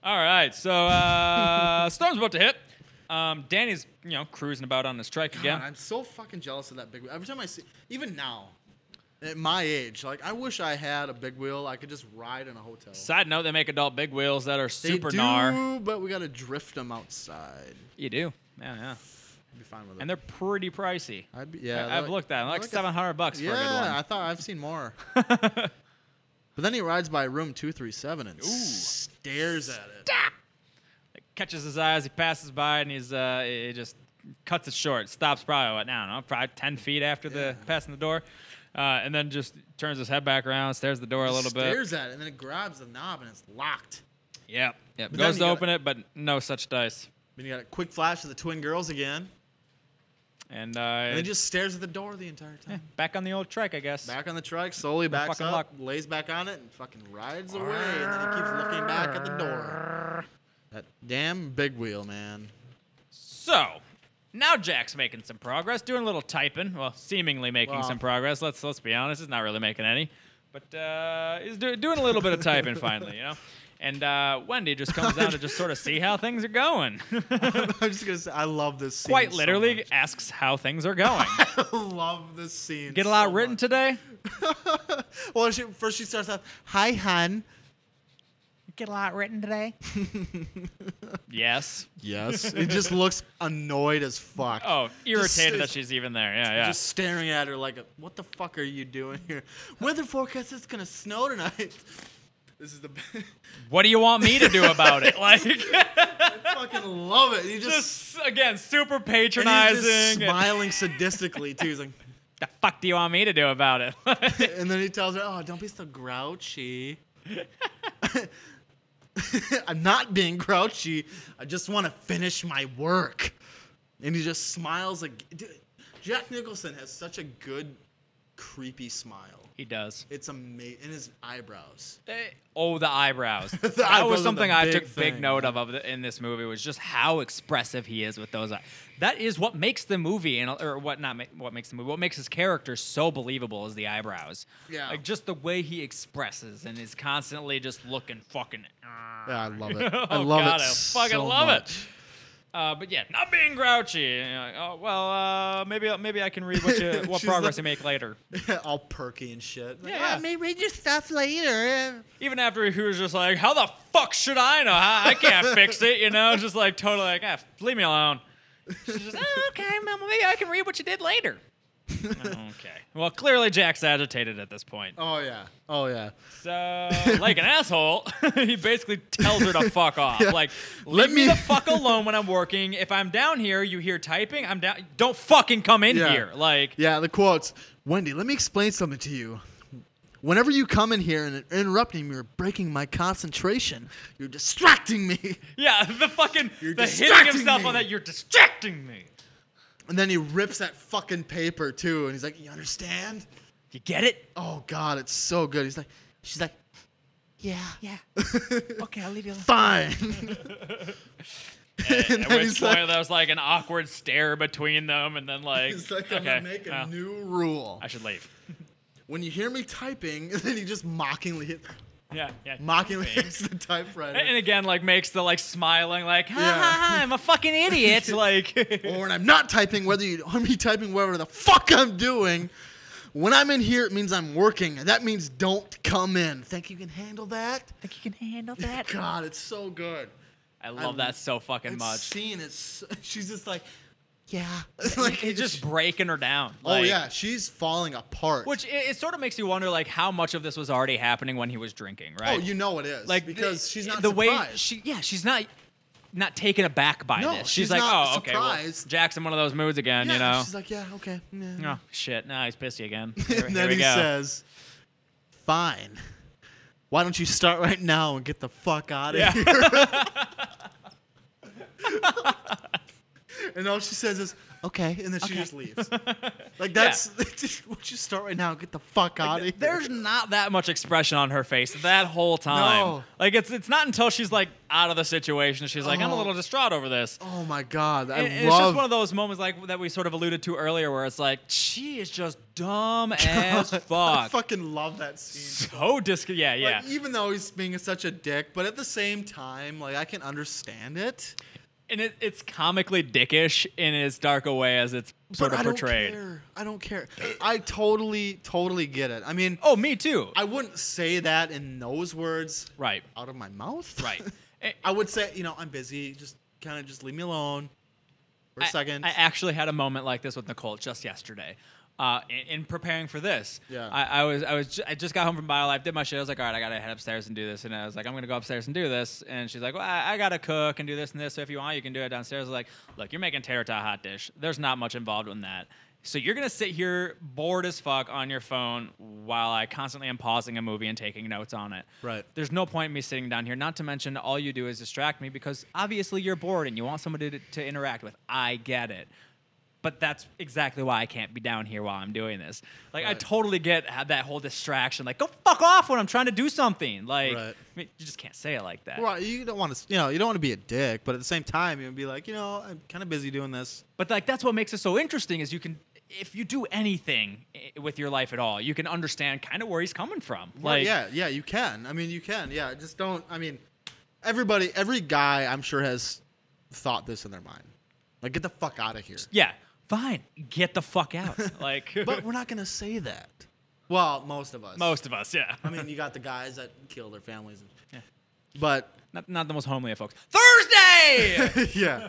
S3: All right, so uh, storm's about to hit. Um, Danny's you know cruising about on the strike again.
S6: God, I'm so fucking jealous of that big wheel. Every time I see, even now, at my age, like I wish I had a big wheel. I could just ride in a hotel.
S3: Side note: They make adult big wheels that are
S6: They
S3: super
S6: do,
S3: gnar.
S6: but we gotta drift them outside.
S3: You do. Yeah, yeah.
S6: I'd be fine with it.
S3: And they're pretty pricey.
S6: I'd be, yeah,
S3: I-
S6: they're
S3: I've looked at them, like
S6: they're a-
S3: 700 bucks for a
S6: Yeah,
S3: good one.
S6: I thought I've seen
S3: [LAUGHS]
S6: more. but then he rides by room two three seven and stares at it.
S3: It catches his eyes, he passes by, and he's uh, he just cuts it short. Stops probably what I don't know, probably 10 feet after the passing the door. uh, and then just turns his head back around, stares at the door a little bit.
S6: Stares at it and then it grabs the knob and it's locked.
S3: Yep. Yep.
S6: But then
S3: Goes
S6: you
S3: to
S6: gotta-
S3: open it, but no such dice.
S6: Then you got a quick flash of the twin girls again,
S3: And, uh,
S6: and then just stares at the door the entire
S3: [LAUGHS]
S6: time.
S3: back on the old trek, I guess.
S6: Back on the truck, slowly backs
S3: fucking
S6: up,
S3: luck.
S6: lays back on it, and fucking rides away. And then he keeps looking back at the door. That damn big wheel, man. [LAUGHS]
S3: So now Jack's making some progress, doing a little typing. Well, seemingly making
S6: Well-
S3: some progress. Let's let's be honest, he's not really making any, but uh, he's do- doing a little bit of
S6: [LAUGHS]
S3: typing finally, you know. And uh, Wendy just comes down to just sort of see how
S6: [LAUGHS]
S3: things are going. [LAUGHS]
S6: I'm just gonna say, I love this scene.
S3: Quite
S6: so
S3: literally
S6: much. [LAUGHS]
S3: asks how things are going.
S6: I love this scene.
S3: Get a lot
S6: so
S3: written
S6: much.
S3: today.
S6: Well, she, first she starts off, "Hi, hun."
S3: [LAUGHS] Get a lot written today. yes.
S6: Yes. it just looks annoyed as fuck.
S3: Oh,
S6: Just-
S3: irritated that she's even there. Yeah, yeah.
S6: Just staring at her like, a, "What the fuck are you doing here?" Weather forecast: It's gonna snow tonight. This [LAUGHS] is the. best.
S3: what do you want me to do about
S6: [LAUGHS]
S3: it? Like, [LAUGHS]
S6: I fucking love it. You just
S3: just again, super
S6: And he's
S3: patronizing.
S6: just
S3: and-
S6: smiling sadistically too. He's like,
S3: the fuck do you want me to do about it? [LAUGHS]
S6: and then he tells her, "Oh, don't be so grouchy." [LAUGHS] I'm not being grouchy. I just want to finish my work. And he just smiles like dude, Jack Nicholson has such a good, creepy smile.
S3: he does.
S6: It's amazing. And his eyebrows.
S3: Oh, the eyebrows. that
S6: eyebrows are
S3: was
S6: [LAUGHS] the
S3: something I
S6: big
S3: took
S6: thing,
S3: big note of, of the, in this movie was just how expressive he is with those eyes. That is what makes the movie and or what not ma- what makes the movie. What makes his character so believable is the eyebrows.
S6: Yeah.
S3: Like just the way he expresses and is constantly just looking fucking
S6: Yeah, I
S3: [LAUGHS]
S6: love it. I
S3: Oh,
S6: love
S3: God,
S6: it.
S3: I fucking
S6: so
S3: love it.
S6: much.
S3: uh, but yeah, not being grouchy. And you're like, oh well, uh, maybe maybe I can read what
S6: [LAUGHS]
S3: you, what
S6: She's
S3: progress
S6: like-
S3: you make later.
S6: [LAUGHS] All perky and shit. Like,
S3: Yeah.
S6: "Oh, I may read your stuff later.
S3: Even after he was just like, "How the fuck should I know? I, I can't fix it," you know, just like totally like, ah, "Leave me alone." She's just, oh, "Okay, Mama, maybe I can read what you did later." okay. Well, clearly Jack's agitated at this point.
S6: Oh yeah. Oh yeah.
S3: So, like an asshole, [LAUGHS] he basically tells her
S6: [LAUGHS]
S3: to fuck off.
S6: Yeah.
S3: Like,
S6: Let
S3: leave me
S6: me-
S3: the fuck alone when I'm working. If I'm down here, you hear typing. I'm down. Don't fucking come in
S6: Yeah.
S3: here. Like,
S6: Yeah, the quotes. Wendy, let me explain something to you. Whenever you come in here and interrupt me, you're breaking my concentration. You're distracting me. [LAUGHS]
S3: yeah, the fucking
S6: You're
S3: the hitting
S6: distracting
S3: himself
S6: me.
S3: on that. You're distracting me.
S6: And then he rips that fucking paper too, and he's like, "You understand?"
S3: You get it?
S6: Oh God, it's so good. He's like, she's like, "Yeah, [LAUGHS] yeah,
S3: Okay, I'll leave you alone.
S6: fine." [LAUGHS]
S3: At,
S6: And
S3: at
S6: then
S3: which
S6: he's
S3: point
S6: like-
S3: there was like an awkward stare between them, and then like,
S6: He's like, "I'm
S3: okay,
S6: gonna make a
S3: well,
S6: new rule.
S3: I should leave.
S6: When you hear me typing, [LAUGHS] and then he just mockingly, hit,
S3: Yeah, yeah.
S6: mockingly
S3: Thanks.
S6: hits the typewriter.
S3: And again, like makes the like smiling, like ha
S6: Yeah.
S3: ha ha, I'm a fucking
S6: [LAUGHS]
S3: idiot. like, [LAUGHS]
S6: or when I'm not typing, whether you, I'm me [LAUGHS] typing whatever the fuck I'm doing. When I'm in here, it means I'm working. That means don't come in. Think you can handle that?
S8: Think you can handle that?
S6: God, it's so good.
S3: I love
S6: I-
S3: that so fucking
S6: That
S3: much.
S6: scene is. She's just like,
S8: Yeah.
S6: [LAUGHS] like
S3: It's just breaking her down.
S6: Oh
S3: like-
S6: yeah, she's falling apart.
S3: Which it, it sort of makes you wonder, like, how much of this was already happening when he was drinking,
S6: oh,
S3: right?
S6: you know it is.
S3: like
S6: Like because
S3: the-
S6: she's not
S3: the way
S6: surprised.
S3: she, yeah, she's not. Not taken aback by
S6: No,
S3: this. She's,
S6: she's
S3: like,
S6: not
S3: oh, okay. Well,
S6: surprised.
S3: Jack's in one of those moods again,
S6: yeah,
S3: you know?
S6: She's like, yeah, okay. yeah."
S3: Oh shit! Now he's pissy
S6: [LAUGHS]
S3: again. Here,
S6: and
S3: here
S6: then
S3: we
S6: he
S3: go.
S6: says, "Fine. Why don't you start right now and get the fuck out of
S3: Yeah. [LAUGHS]
S6: here?" and all she says is, "Okay," and then she
S3: [LAUGHS]
S6: just leaves. Like that's [LAUGHS] just, why don't you start right now and get the fuck out of here?
S3: There's not that much expression on her face that whole time.
S6: No.
S3: Like it's it's not until she's like out of the situation she's like I'm a
S6: Oh.
S3: little distraught over this.
S6: oh my god, I
S3: And- and it's
S6: love.
S3: just one of those moments like that we sort of alluded to earlier where it's like she is just
S6: [LAUGHS]
S3: dumb as
S6: I
S3: fuck.
S6: fucking love that scene.
S3: So dis yeah, yeah.
S6: Like, even though he's being such a dick, but at the same time, like I can understand it.
S3: and it, it's comically dickish in as dark a way as it's sort
S6: but
S3: of
S6: I
S3: portrayed.
S6: Don't care. I don't care. I totally, totally get it. I mean,
S3: Oh, me too.
S6: I wouldn't say that in those words
S3: right.
S6: out of my mouth. [LAUGHS]
S3: Right. Eh,
S6: I would say, you know, I'm busy. Just kind of just leave me alone for a
S3: I-
S6: second.
S3: I actually had a moment like this with Nicole just yesterday. Uh, in, in preparing for this,
S6: Yeah.
S3: I, I was I was ju- I just got home from BioLife, did my shit. I was like, all right, I gotta head upstairs and do this, and I was like, I'm gonna go upstairs and do this, and she's like, well, I, I gotta cook and do this and this. So if you want, you can do it downstairs. I was like, look, you're making tater tot hot dish. There's not much involved in that. So you're gonna sit here bored as fuck on your phone while I constantly am pausing a movie and taking notes on it.
S6: Right.
S3: There's no point in me sitting down here. Not to mention all you do is distract me because obviously you're bored and you want somebody to, to interact with. I get it. But that's exactly why I can't be down here while I'm doing this. Like I
S6: Right.
S3: totally get ha- that whole distraction. Like go fuck off when I'm trying to do something. Like I
S6: Right.
S3: mean, you just can't say it like that.
S6: Well, you don't want to, you know, you don't want to be a dick, but at the same time, you'd be like, you know, I'm kind of busy doing this.
S3: But like that's what makes it so interesting is you can if you do anything i- with your life at all, you can understand kind of where he's coming from.
S6: Well,
S3: Like
S6: yeah, yeah, you can. I mean, you can. Yeah, just don't. I mean, everybody, every guy, I'm sure has thought this in their mind. Like, get the fuck out
S3: [LAUGHS]
S6: of here.
S3: yeah, fine. Get the fuck out. [LAUGHS] like
S6: But we're not gonna say that. Well, most of us.
S3: most of us, yeah.
S6: I mean, you got the guys that kill their families.
S3: [LAUGHS]
S6: And, But
S3: Not, not the most homely of folks. Thursday!
S6: yeah.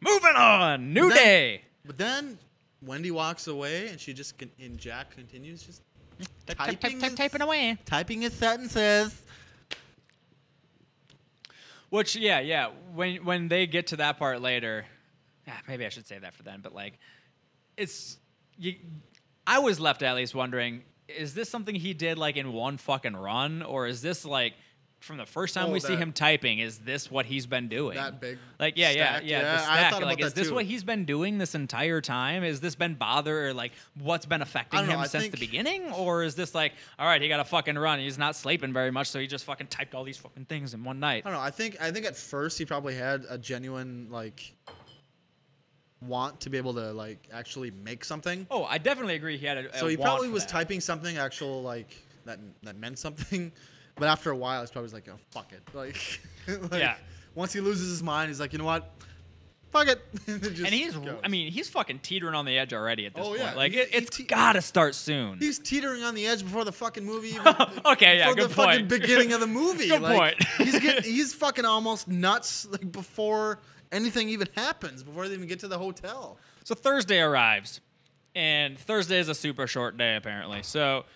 S3: Moving on. New
S6: Then-
S3: day.
S6: [LAUGHS] But then Wendy walks away, and she just con- and Jack continues just typing his-
S3: away.
S6: typing his sentences.
S3: Which yeah, yeah. When when they get to that part later, ah, maybe I should save that for then. But like, it's you. I was left at least wondering: is this something he did like in one fucking run, or is this like from the first time
S6: Oh,
S3: we see
S6: that-
S3: him typing? Is this what he's been doing?
S6: That big
S3: Like yeah,
S6: stack,
S3: yeah, yeah.
S6: yeah, I
S3: the stack.
S6: thought
S3: like,
S6: about
S3: is
S6: that
S3: this
S6: too.
S3: what he's been doing this entire time? Is this been bother or like what's been affecting
S6: don't know,
S3: him
S6: I
S3: since the
S6: think-
S3: beginning, or is this like all right, he got a fucking run. He's not sleeping very much, so he just fucking typed all these fucking things in one night.
S6: I don't know. I think I think at first he probably had a genuine like want to be able to like actually make something.
S3: Oh, I definitely agree. He had a, a
S6: so he
S3: want
S6: probably
S3: for
S6: was
S3: that.
S6: typing something actual like that that meant something. [LAUGHS] But after a while, he's probably like, "Oh fuck it!" [LAUGHS] Like, like,
S3: Yeah.
S6: Once he loses his mind, he's like, "You know what? Fuck it." [LAUGHS]
S3: and he's, I mean, he's fucking teetering on the edge already at this
S6: Oh,
S3: point.
S6: yeah.
S3: Like,
S6: He-
S3: it,
S6: he
S3: it's
S6: te-
S3: gotta start soon.
S6: he's teetering on the edge before the
S3: [LAUGHS]
S6: fucking movie. Even,
S3: okay, yeah,
S6: before
S3: good
S6: the fucking
S3: point. [LAUGHS]
S6: beginning of the movie.
S3: Good
S6: like,
S3: point.
S6: he's
S3: [LAUGHS]
S6: getting, he's fucking almost nuts like before anything even happens, before they even get to the hotel.
S3: so Thursday arrives, and Thursday is a super short day apparently. So,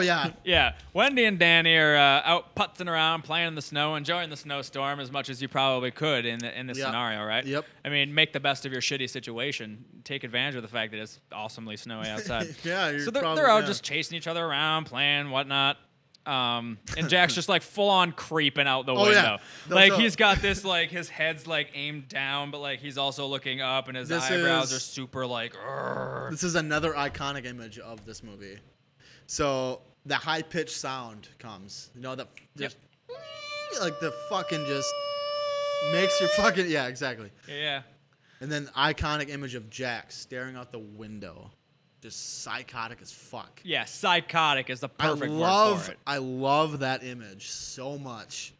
S3: [LAUGHS]
S6: yeah,
S3: yeah, Wendy and Danny are uh, out putzing around, playing in the snow, enjoying the snowstorm as much as you probably could in the, in this
S6: Yeah.
S3: scenario, right?
S6: Yep.
S3: I mean, make the best of your shitty situation. Take advantage of the fact that it's awesomely snowy outside.
S6: [LAUGHS] Yeah, you're
S3: so they're,
S6: probably-
S3: they're out
S6: yeah.
S3: just chasing each other around, playing, whatnot.
S6: [LAUGHS]
S3: Um, and Jack's just like full on creeping out the
S6: Oh, yeah.
S3: window.
S6: No,
S3: Like
S6: so-
S3: he's
S6: [LAUGHS]
S3: got this like his head's like aimed down, but like he's also looking up, and his
S6: This
S3: eyebrows
S6: is-
S3: are super like. "Arr."
S6: this is another iconic image of this movie. So the high pitched sound comes. You know that
S3: Yep.
S6: just like the fucking just makes your fucking yeah exactly.
S3: Yeah.
S6: And then iconic image of Jack staring out the window, just psychotic as fuck.
S3: Yeah, psychotic is the perfect
S6: I
S3: word
S6: love
S3: for it.
S6: I love that image so much.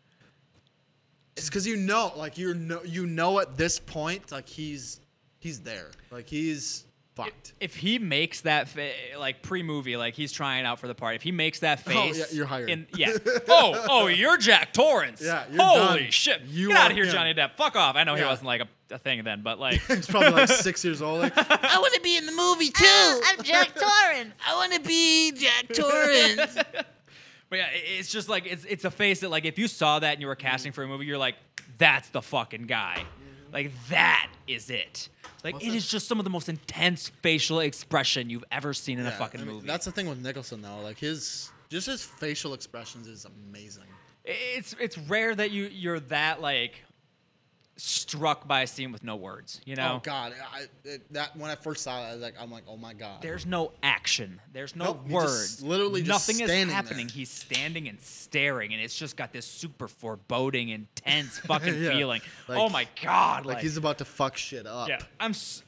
S6: It's because you know, like you know, you know at this point, like he's he's there, like he's fucked. [LAUGHS]
S3: If he makes that fa- like pre-movie, like he's trying out for the party. If he makes that
S6: Oh, yeah,
S3: face,
S6: you're hired.
S3: in-
S6: [LAUGHS]
S3: yeah. Oh, oh, you're Jack Torrance.
S6: Yeah, you're
S3: Holy
S6: done.
S3: shit!
S6: You
S3: Get out
S6: are-
S3: of here,
S6: yeah.
S3: Johnny Depp. Fuck off. I know he
S6: Yeah.
S3: wasn't like a, a thing then, but
S6: [LAUGHS]
S3: like,
S6: he's probably like six years old.
S3: [LAUGHS]
S6: Like,
S7: I want to be in the movie too.
S8: I'm Jack Torrance.
S7: I want to be Jack Torrance.
S3: but yeah, i- it's just like it's it's a face that like if you saw that and you were casting for a movie, you're like, that's the fucking guy.
S6: Mm-hmm.
S3: Like that is it. Like it is just some of the most intense facial expression you've ever seen in a
S6: Yeah,
S3: fucking
S6: I mean,
S3: movie.
S6: That's the thing with Nicholson though. Like his just his facial expressions is amazing.
S3: it's it's rare that you you're that like struck by a scene with no words. You know,
S6: Oh God, I, it, that when I first saw that, I was like, I'm like, oh my God.
S3: there's no action. There's no
S6: Nope, he just
S3: words.
S6: literally just
S3: nothing is
S6: standing
S3: happening.
S6: there.
S3: He's standing and staring, and it's just got this super foreboding,
S6: [LAUGHS]
S3: intense fucking
S6: Yeah.
S3: feeling.
S6: Like-
S3: oh my god!
S6: like, he's about to fuck shit up.
S3: yeah. I'm s-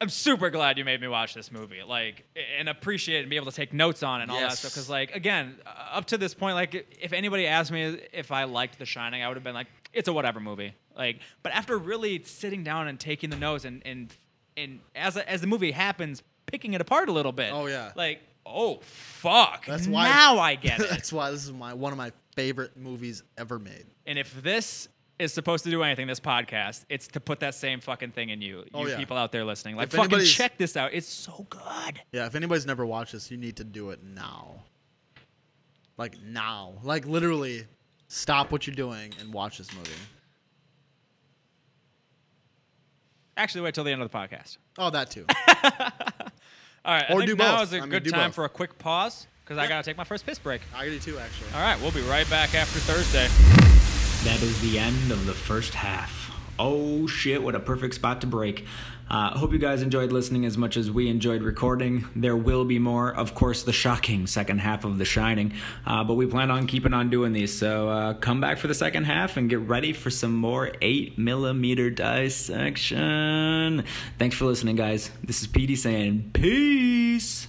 S3: I'm super glad you made me watch this movie, like, and appreciate it and be able to take notes on it and all that
S6: Yes.
S3: stuff. Because, like, again, uh, up to this point, like, if anybody asked me if I liked The Shining, I would have been like, it's a whatever movie. Like, but after really sitting down and taking the notes and and and as as the movie happens, picking it apart a little bit.
S6: Oh, yeah.
S3: Like, oh fuck,
S6: That's why
S3: now I get
S6: [LAUGHS]
S3: it.
S6: [LAUGHS] that's why this is my one of my favorite movies ever made.
S3: And if this is supposed to do anything, this podcast, it's to put that same fucking thing in you, you
S6: Oh, yeah.
S3: people out there listening. Like,
S6: If
S3: fucking
S6: anybody's-
S3: check this out. It's so good.
S6: Yeah, if anybody's never watched this, you need to do it now. Like now. Like literally stop what you're doing and watch this movie.
S3: Actually, wait till the end of the podcast.
S6: Oh, that too.
S3: All right, I
S6: Or
S3: think
S6: do
S3: now
S6: both.
S3: is a
S6: I mean,
S3: good
S6: do
S3: time
S6: both.
S3: for a quick pause because I gotta take my first piss break.
S6: I do too, actually.
S3: All right, we'll be right back after Thursday.
S1: That is the end of the first half. Oh shit, what a perfect spot to break. Uh, hope you guys enjoyed listening as much as we enjoyed recording. There will be more, of course, the shocking second half of The Shining, uh, but we plan on keeping on doing these. So uh, come back for the second half and get ready for some more 8 millimeter dissection. Thanks for listening, guys. This is PD saying peace.